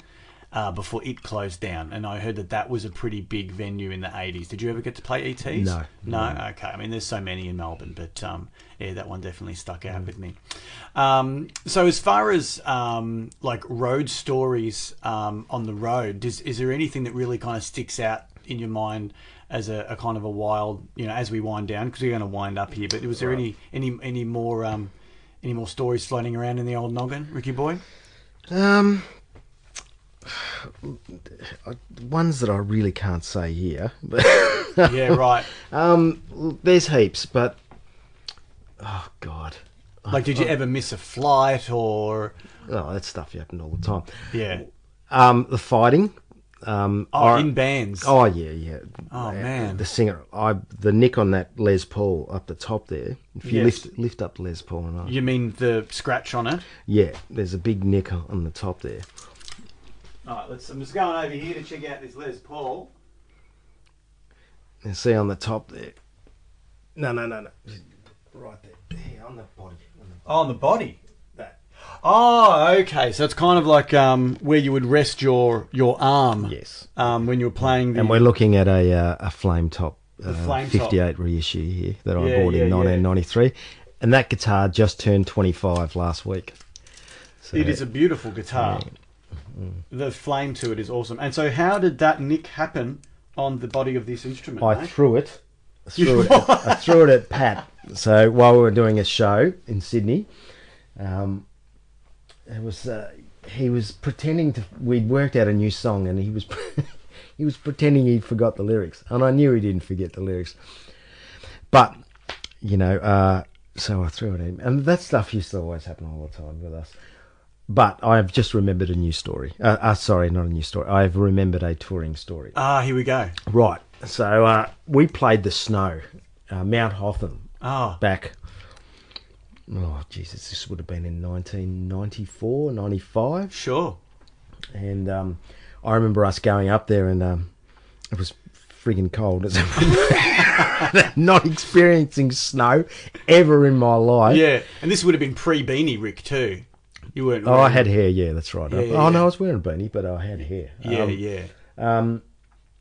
[SPEAKER 1] uh, before it closed down, and I heard that that was a pretty big venue in the '80s. Did you ever get to play ETs?
[SPEAKER 2] No.
[SPEAKER 1] no. Okay. I mean, there's so many in Melbourne, but um, yeah, that one definitely stuck out with me. Um, so, as far as um, like road stories um, on the road, is, is there anything that really kind of sticks out in your mind? As a, a kind of a wild, you know, as we wind down, because we're going to wind up here. But was there any any any more um, any more stories floating around in the old noggin, Ricky boy?
[SPEAKER 2] Um, ones that I really can't say here. But
[SPEAKER 1] Yeah, right.
[SPEAKER 2] um, there's heaps, but oh god,
[SPEAKER 1] Like, did you ever miss a flight or?
[SPEAKER 2] oh that stuff happened all the time.
[SPEAKER 1] Yeah.
[SPEAKER 2] Um, the fighting. Um,
[SPEAKER 1] Oh,
[SPEAKER 2] I-
[SPEAKER 1] in bands.
[SPEAKER 2] oh yeah, yeah.
[SPEAKER 1] Oh,
[SPEAKER 2] Uh,
[SPEAKER 1] man.
[SPEAKER 2] the singer, I the nick on that Les Paul up the top there. If you
[SPEAKER 1] Yes.
[SPEAKER 2] lift lift up the Les Paul and I,
[SPEAKER 1] You mean the scratch on it?
[SPEAKER 2] yeah, there's a big nick on- on the top there.
[SPEAKER 1] All right, let's. I'm just going over here to check out this Les Paul.
[SPEAKER 2] And see on the top there. No, no, no, no. Right there. Here, on the body. On the,
[SPEAKER 1] Oh, on the body.
[SPEAKER 2] that.
[SPEAKER 1] Oh, okay. So it's kind of like um, where you would rest your your arm.
[SPEAKER 2] Yes.
[SPEAKER 1] Um, when you were playing the.
[SPEAKER 2] And we're looking at a uh, a flame top uh,
[SPEAKER 1] flame top.
[SPEAKER 2] 58 reissue here that I
[SPEAKER 1] Yeah,
[SPEAKER 2] bought
[SPEAKER 1] yeah,
[SPEAKER 2] in
[SPEAKER 1] yeah.
[SPEAKER 2] 1993. And that guitar just turned 25 last week. So
[SPEAKER 1] it is a beautiful guitar.
[SPEAKER 2] Mm-hmm.
[SPEAKER 1] The flame to it is awesome. And so, how did that nick happen on the body of this instrument?
[SPEAKER 2] I
[SPEAKER 1] mate?
[SPEAKER 2] threw it. I threw it, at, I threw it at Pat. So while we were doing a show in Sydney, um, it was uh, he was pretending to. We'd worked out a new song, and he was he was pretending he forgot the lyrics, and I knew he didn't forget the lyrics. But you know, uh, so I threw it in, and that stuff used to always happen all the time with us. But I've just remembered a new story. Uh, uh, sorry, not a new story. I've remembered a touring story.
[SPEAKER 1] Ah, here we go.
[SPEAKER 2] Right. So uh, we played the snow, uh, Mount Hotham,
[SPEAKER 1] Ah,
[SPEAKER 2] back. Oh, Jesus, this would have been in 1994, 95.
[SPEAKER 1] sure.
[SPEAKER 2] And um, I remember us going up there, and um, it was frigging cold. Not experiencing snow ever in my life.
[SPEAKER 1] Yeah, and this would have been pre Beanie Rick too. You weren't.
[SPEAKER 2] Oh, I
[SPEAKER 1] wearing-
[SPEAKER 2] had hair, yeah, that's right.
[SPEAKER 1] Yeah,
[SPEAKER 2] oh,
[SPEAKER 1] yeah,
[SPEAKER 2] no,
[SPEAKER 1] yeah.
[SPEAKER 2] I was wearing a beanie, but I had hair.
[SPEAKER 1] Yeah,
[SPEAKER 2] Um,
[SPEAKER 1] yeah.
[SPEAKER 2] um,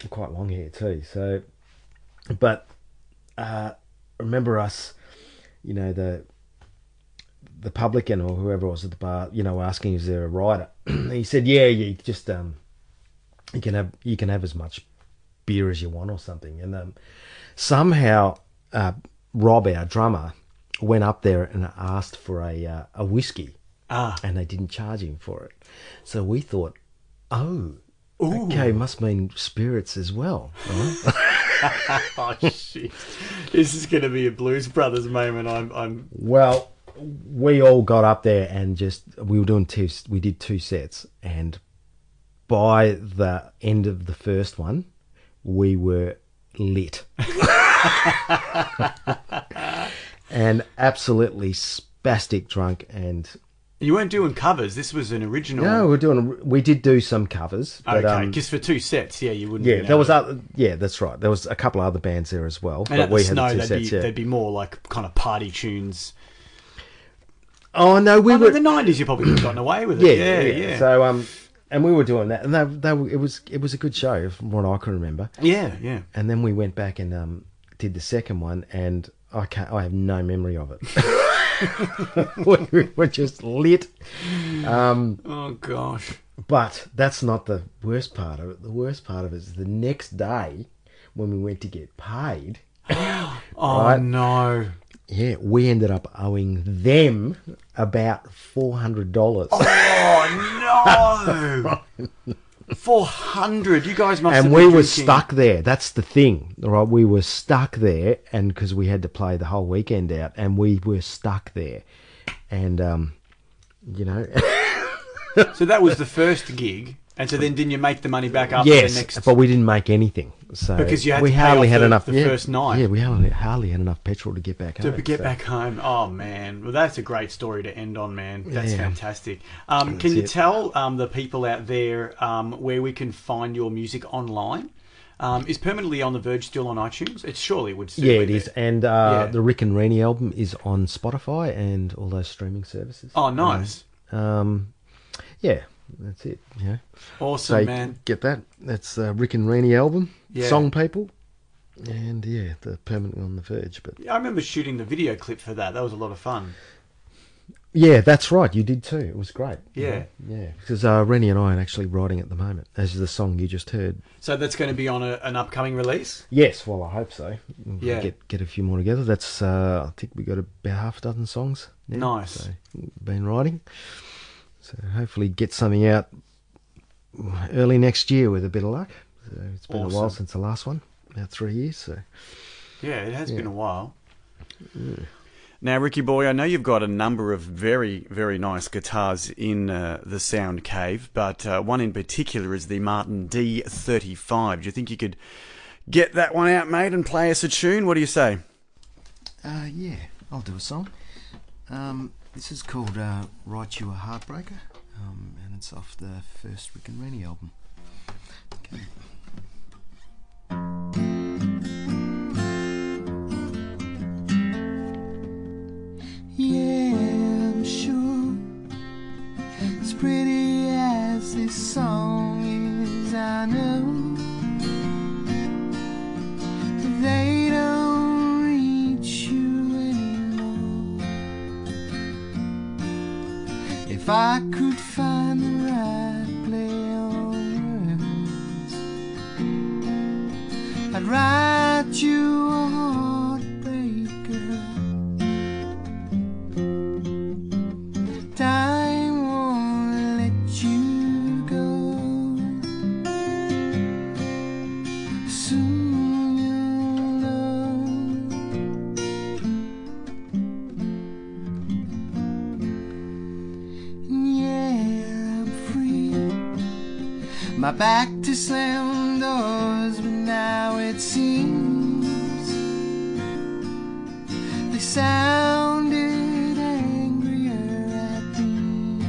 [SPEAKER 2] quite long hair too. So, but uh, remember us, you know the the publican or whoever was at the bar, you know, asking is there a rider? And he said, yeah, you just um, you can have you can have as much beer as you want or something. And um, somehow uh, Rob, our drummer, went up there and asked for a uh, a whiskey
[SPEAKER 1] Ah,
[SPEAKER 2] and they didn't charge him for it. So we thought, oh,
[SPEAKER 1] Ooh.
[SPEAKER 2] okay, must mean spirits as well. right?
[SPEAKER 1] oh shit! This is going to be a Blues Brothers moment. I'm, I'm.
[SPEAKER 2] well, we all got up there and just we were doing two. We did two sets, and by the end of the first one, we were lit and absolutely spastic drunk and um,
[SPEAKER 1] You weren't doing covers. This was an original.
[SPEAKER 2] no we are doing we did do some covers but
[SPEAKER 1] Okay,
[SPEAKER 2] um,
[SPEAKER 1] just for two sets, yeah, you wouldn't.
[SPEAKER 2] Yeah,
[SPEAKER 1] be
[SPEAKER 2] there was
[SPEAKER 1] able
[SPEAKER 2] other, yeah, that's right. There was a couple other bands there as well,
[SPEAKER 1] to- And
[SPEAKER 2] but
[SPEAKER 1] at the
[SPEAKER 2] we
[SPEAKER 1] snow,
[SPEAKER 2] had the
[SPEAKER 1] they'd,
[SPEAKER 2] two sets.
[SPEAKER 1] be,
[SPEAKER 2] yeah.
[SPEAKER 1] they'd be more like kind of party tunes.
[SPEAKER 2] Oh no, we
[SPEAKER 1] Well,
[SPEAKER 2] were
[SPEAKER 1] in the nineties, you probably could have gotten away with
[SPEAKER 2] yeah,
[SPEAKER 1] it. Yeah, yeah, yeah.
[SPEAKER 2] So um, and we were doing that, and they, they were, it was it was a good show from what I can remember.
[SPEAKER 1] yeah, yeah.
[SPEAKER 2] And then we went back and um did the second one, and I can't, I have no memory of it. we were just lit. Um,
[SPEAKER 1] Oh gosh.
[SPEAKER 2] But that's not the worst part of it. The worst part of it is the next day when we went to get paid.
[SPEAKER 1] Oh
[SPEAKER 2] Right.
[SPEAKER 1] no.
[SPEAKER 2] Yeah, we ended up owing them about four hundred dollars,
[SPEAKER 1] Oh no. Four hundred. You guys must.
[SPEAKER 2] and
[SPEAKER 1] have
[SPEAKER 2] we
[SPEAKER 1] been
[SPEAKER 2] were
[SPEAKER 1] drinking.
[SPEAKER 2] stuck there. That's the thing, right? We were stuck there, and because we had to play the whole weekend out, and we were stuck there, and um, you know,
[SPEAKER 1] So that was the first gig, and so then didn't you make the money back after
[SPEAKER 2] yes,
[SPEAKER 1] the next?
[SPEAKER 2] but we didn't make anything. So
[SPEAKER 1] Because you had
[SPEAKER 2] we
[SPEAKER 1] to pay
[SPEAKER 2] hardly
[SPEAKER 1] off
[SPEAKER 2] had
[SPEAKER 1] the-
[SPEAKER 2] enough
[SPEAKER 1] the
[SPEAKER 2] yeah,
[SPEAKER 1] first night.
[SPEAKER 2] Yeah, we hardly, hardly had enough petrol to get back
[SPEAKER 1] to
[SPEAKER 2] home.
[SPEAKER 1] get
[SPEAKER 2] so-
[SPEAKER 1] back home. Oh man, well that's a great story to end on, man. That's
[SPEAKER 2] Yeah.
[SPEAKER 1] fantastic. Um, can you tell um, the people out there um, where we can find your music online? Um, is permanently on the verge still on iTunes? It surely would. Still
[SPEAKER 2] Yeah,
[SPEAKER 1] be
[SPEAKER 2] it
[SPEAKER 1] there.
[SPEAKER 2] is. And uh,
[SPEAKER 1] Yeah.
[SPEAKER 2] the Rick and Rennie album is on Spotify and all those streaming services.
[SPEAKER 1] Oh, nice,
[SPEAKER 2] Um, yeah, that's it. Yeah,
[SPEAKER 1] awesome,
[SPEAKER 2] so you
[SPEAKER 1] man.
[SPEAKER 2] get that. That's uh, Rick and Rennie album.
[SPEAKER 1] Yeah.
[SPEAKER 2] Song people. And yeah, the permanently on the verge. But
[SPEAKER 1] I remember shooting the video clip for that. That was a lot of fun.
[SPEAKER 2] yeah, that's right. You did too. It was great.
[SPEAKER 1] Yeah.
[SPEAKER 2] yeah. Because uh, Rennie and I are actually writing at the moment, as the song you just heard.
[SPEAKER 1] So that's going to be on a, an upcoming release.
[SPEAKER 2] Yes, well, I hope so. We'll
[SPEAKER 1] Yeah.
[SPEAKER 2] Get get a few more together. That's uh, I think we got about half a dozen songs. now,
[SPEAKER 1] Nice.
[SPEAKER 2] So been writing. So hopefully get something out early next year with a bit of luck. So it's been a while
[SPEAKER 1] Awesome.
[SPEAKER 2] since the last one, about three years. So
[SPEAKER 1] Yeah, it has been a while.
[SPEAKER 3] Now, Ricky Boy, I know you've got a number of very, very nice guitars in uh, the Sound Cave, but uh, one in particular is the Martin D35. Do you think you could get that one out, mate, and play us a tune? What do you say?
[SPEAKER 4] Uh, yeah, I'll do a song. Um, this is called uh, Write You a Heartbreaker, um, and it's off the first Rick and Rennie album. Yeah, I'm sure as pretty as this song is, I know they don't reach you anymore. If I could find the right play on words, I'd write you a heartbreaker. Time won't let you go. Soon you'll know
[SPEAKER 2] My back to slam doors, but now it seems they sounded angrier at me.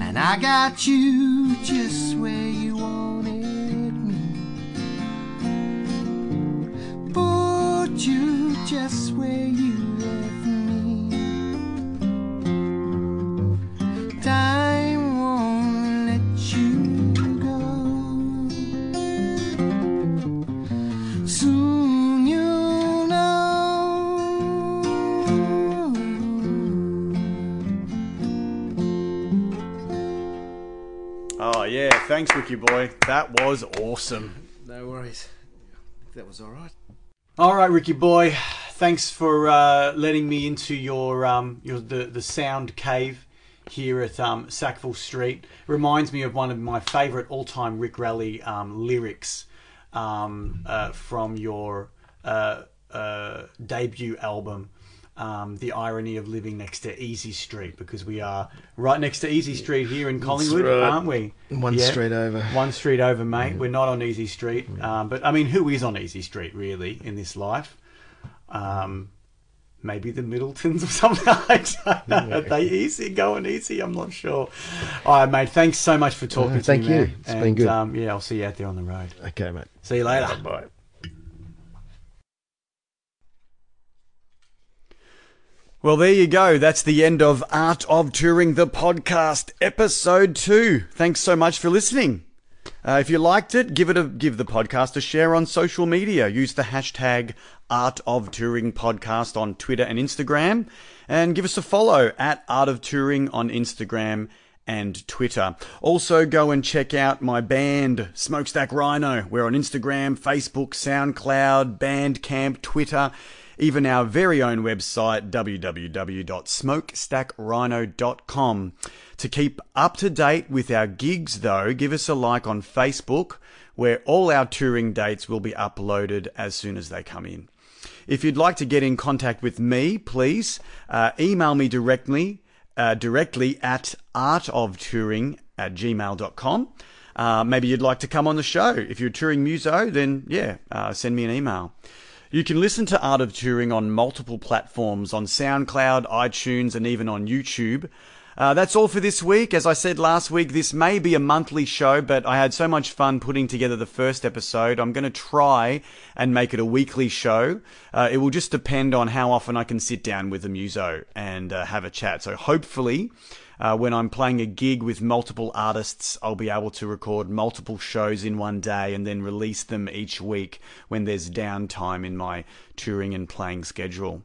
[SPEAKER 2] And I got you just where you wanted me. Put you just where you left me. Time won't let you go. Soon you'll know.
[SPEAKER 1] Oh yeah, thanks, Ricky boy. That was awesome.
[SPEAKER 2] No worries. That was alright.
[SPEAKER 5] All right, Ricky boy. Thanks for uh, letting me into your um, your the, the sound cave here at um, Sackville Street. Reminds me of one of my favourite all time Rick Rally um, lyrics um, uh, from your uh, uh, debut album. Um, the irony of living next to Easy Street because we are right next to Easy Street here in Collingwood,
[SPEAKER 6] right.
[SPEAKER 5] aren't we?
[SPEAKER 6] One
[SPEAKER 5] Yeah.
[SPEAKER 6] street over.
[SPEAKER 5] One street over, mate. We're not on Easy Street. Um, but I mean, who is on Easy Street really in this life? Um, maybe the Middletons or something. I don't know. Are they easy going easy? I'm not sure. All right, mate. Thanks so much for talking to
[SPEAKER 6] thank
[SPEAKER 5] me. man.
[SPEAKER 6] you. It's
[SPEAKER 5] and,
[SPEAKER 6] been good.
[SPEAKER 5] Um, yeah, I'll see you out there on the road.
[SPEAKER 6] Okay, mate.
[SPEAKER 5] See you later.
[SPEAKER 6] Bye.
[SPEAKER 1] Well, there you go. That's the end of Art of Touring the podcast, episode two. Thanks so much for listening. Uh, if you liked it, give it a give the podcast a share on social media. Use the hashtag Art of Touring Podcast on Twitter and Instagram, and give us a follow at Art of Touring on Instagram and Twitter. Also, go and check out my band Smokestack Rhino. We're on Instagram, Facebook, SoundCloud, Bandcamp, Twitter. Even our very own website, www.smokestackrhino.com. To keep up to date with our gigs, though, give us a like on Facebook, where all our touring dates will be uploaded as soon as they come in. If you'd like to get in contact with me, please uh, email me directly uh, directly at artoftouring at gmail.com. Uh, maybe you'd like to come on the show. If you're a touring muso, then yeah, uh, send me an email. You can listen to Art of Touring on multiple platforms on SoundCloud, iTunes, and even on YouTube. Uh, that's all for this week. As I said last week, this may be a monthly show, but I had so much fun putting together the first episode. I'm going to try and make it a weekly show. Uh, it will just depend on how often I can sit down with the muso and uh, have a chat. So hopefully, uh, when I'm playing a gig with multiple artists, I'll be able to record multiple shows in one day and then release them each week when there's downtime in my touring and playing schedule.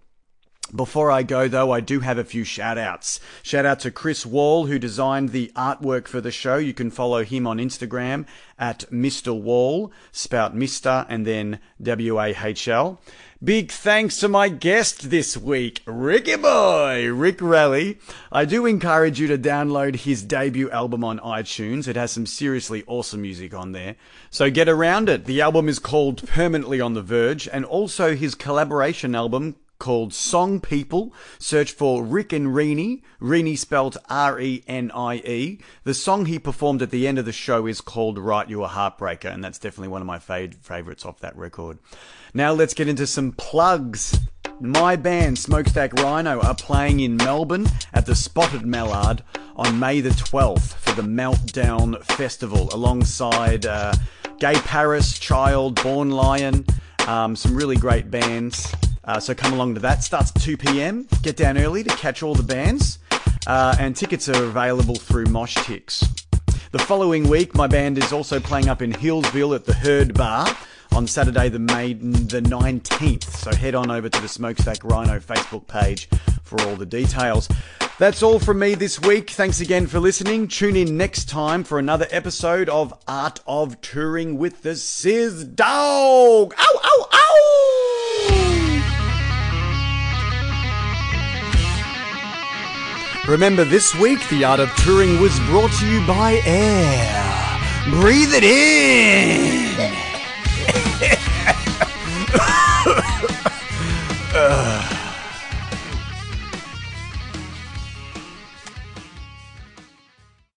[SPEAKER 1] Before I go, though, I do have a few shout outs. Shout out to Chris Wall, who designed the artwork for the show. You can follow him on Instagram at Mr. Wall, spout Mr. and then W A H L. Big thanks to my guest this week, Ricky Boy, Rick Rally. I do encourage you to download his debut album on iTunes. It has some seriously awesome music on there. So get around it. The album is called Permanently on the Verge, and also his collaboration album called Song People. Search for Rick and Reenie, Reenie spelled R E N I E. The song he performed at the end of the show is called Write You a Heartbreaker, and that's definitely one of my fade favorites off that record. Now let's get into some plugs. My band, Smokestack Rhino, are playing in Melbourne at the Spotted Mallard on May the 12th for the Meltdown Festival alongside uh, Gay Paris, Child, Born Lion, um, some really great bands. Uh, so come along to that. Starts at 2 p.m. Get down early to catch all the bands. Uh, and tickets are available through Mosh Ticks. The following week, my band is also playing up in Hillsville at the Herd Bar on Saturday, the May the 19th. So head on over to the Smokestack Rhino Facebook page for all the details. That's all from me this week. Thanks again for listening. Tune in next time for another episode of Art of Touring with the Sizz Dog. Ow, ow, ow! Remember, this week, The Art of Touring was brought to you by air. Breathe it in!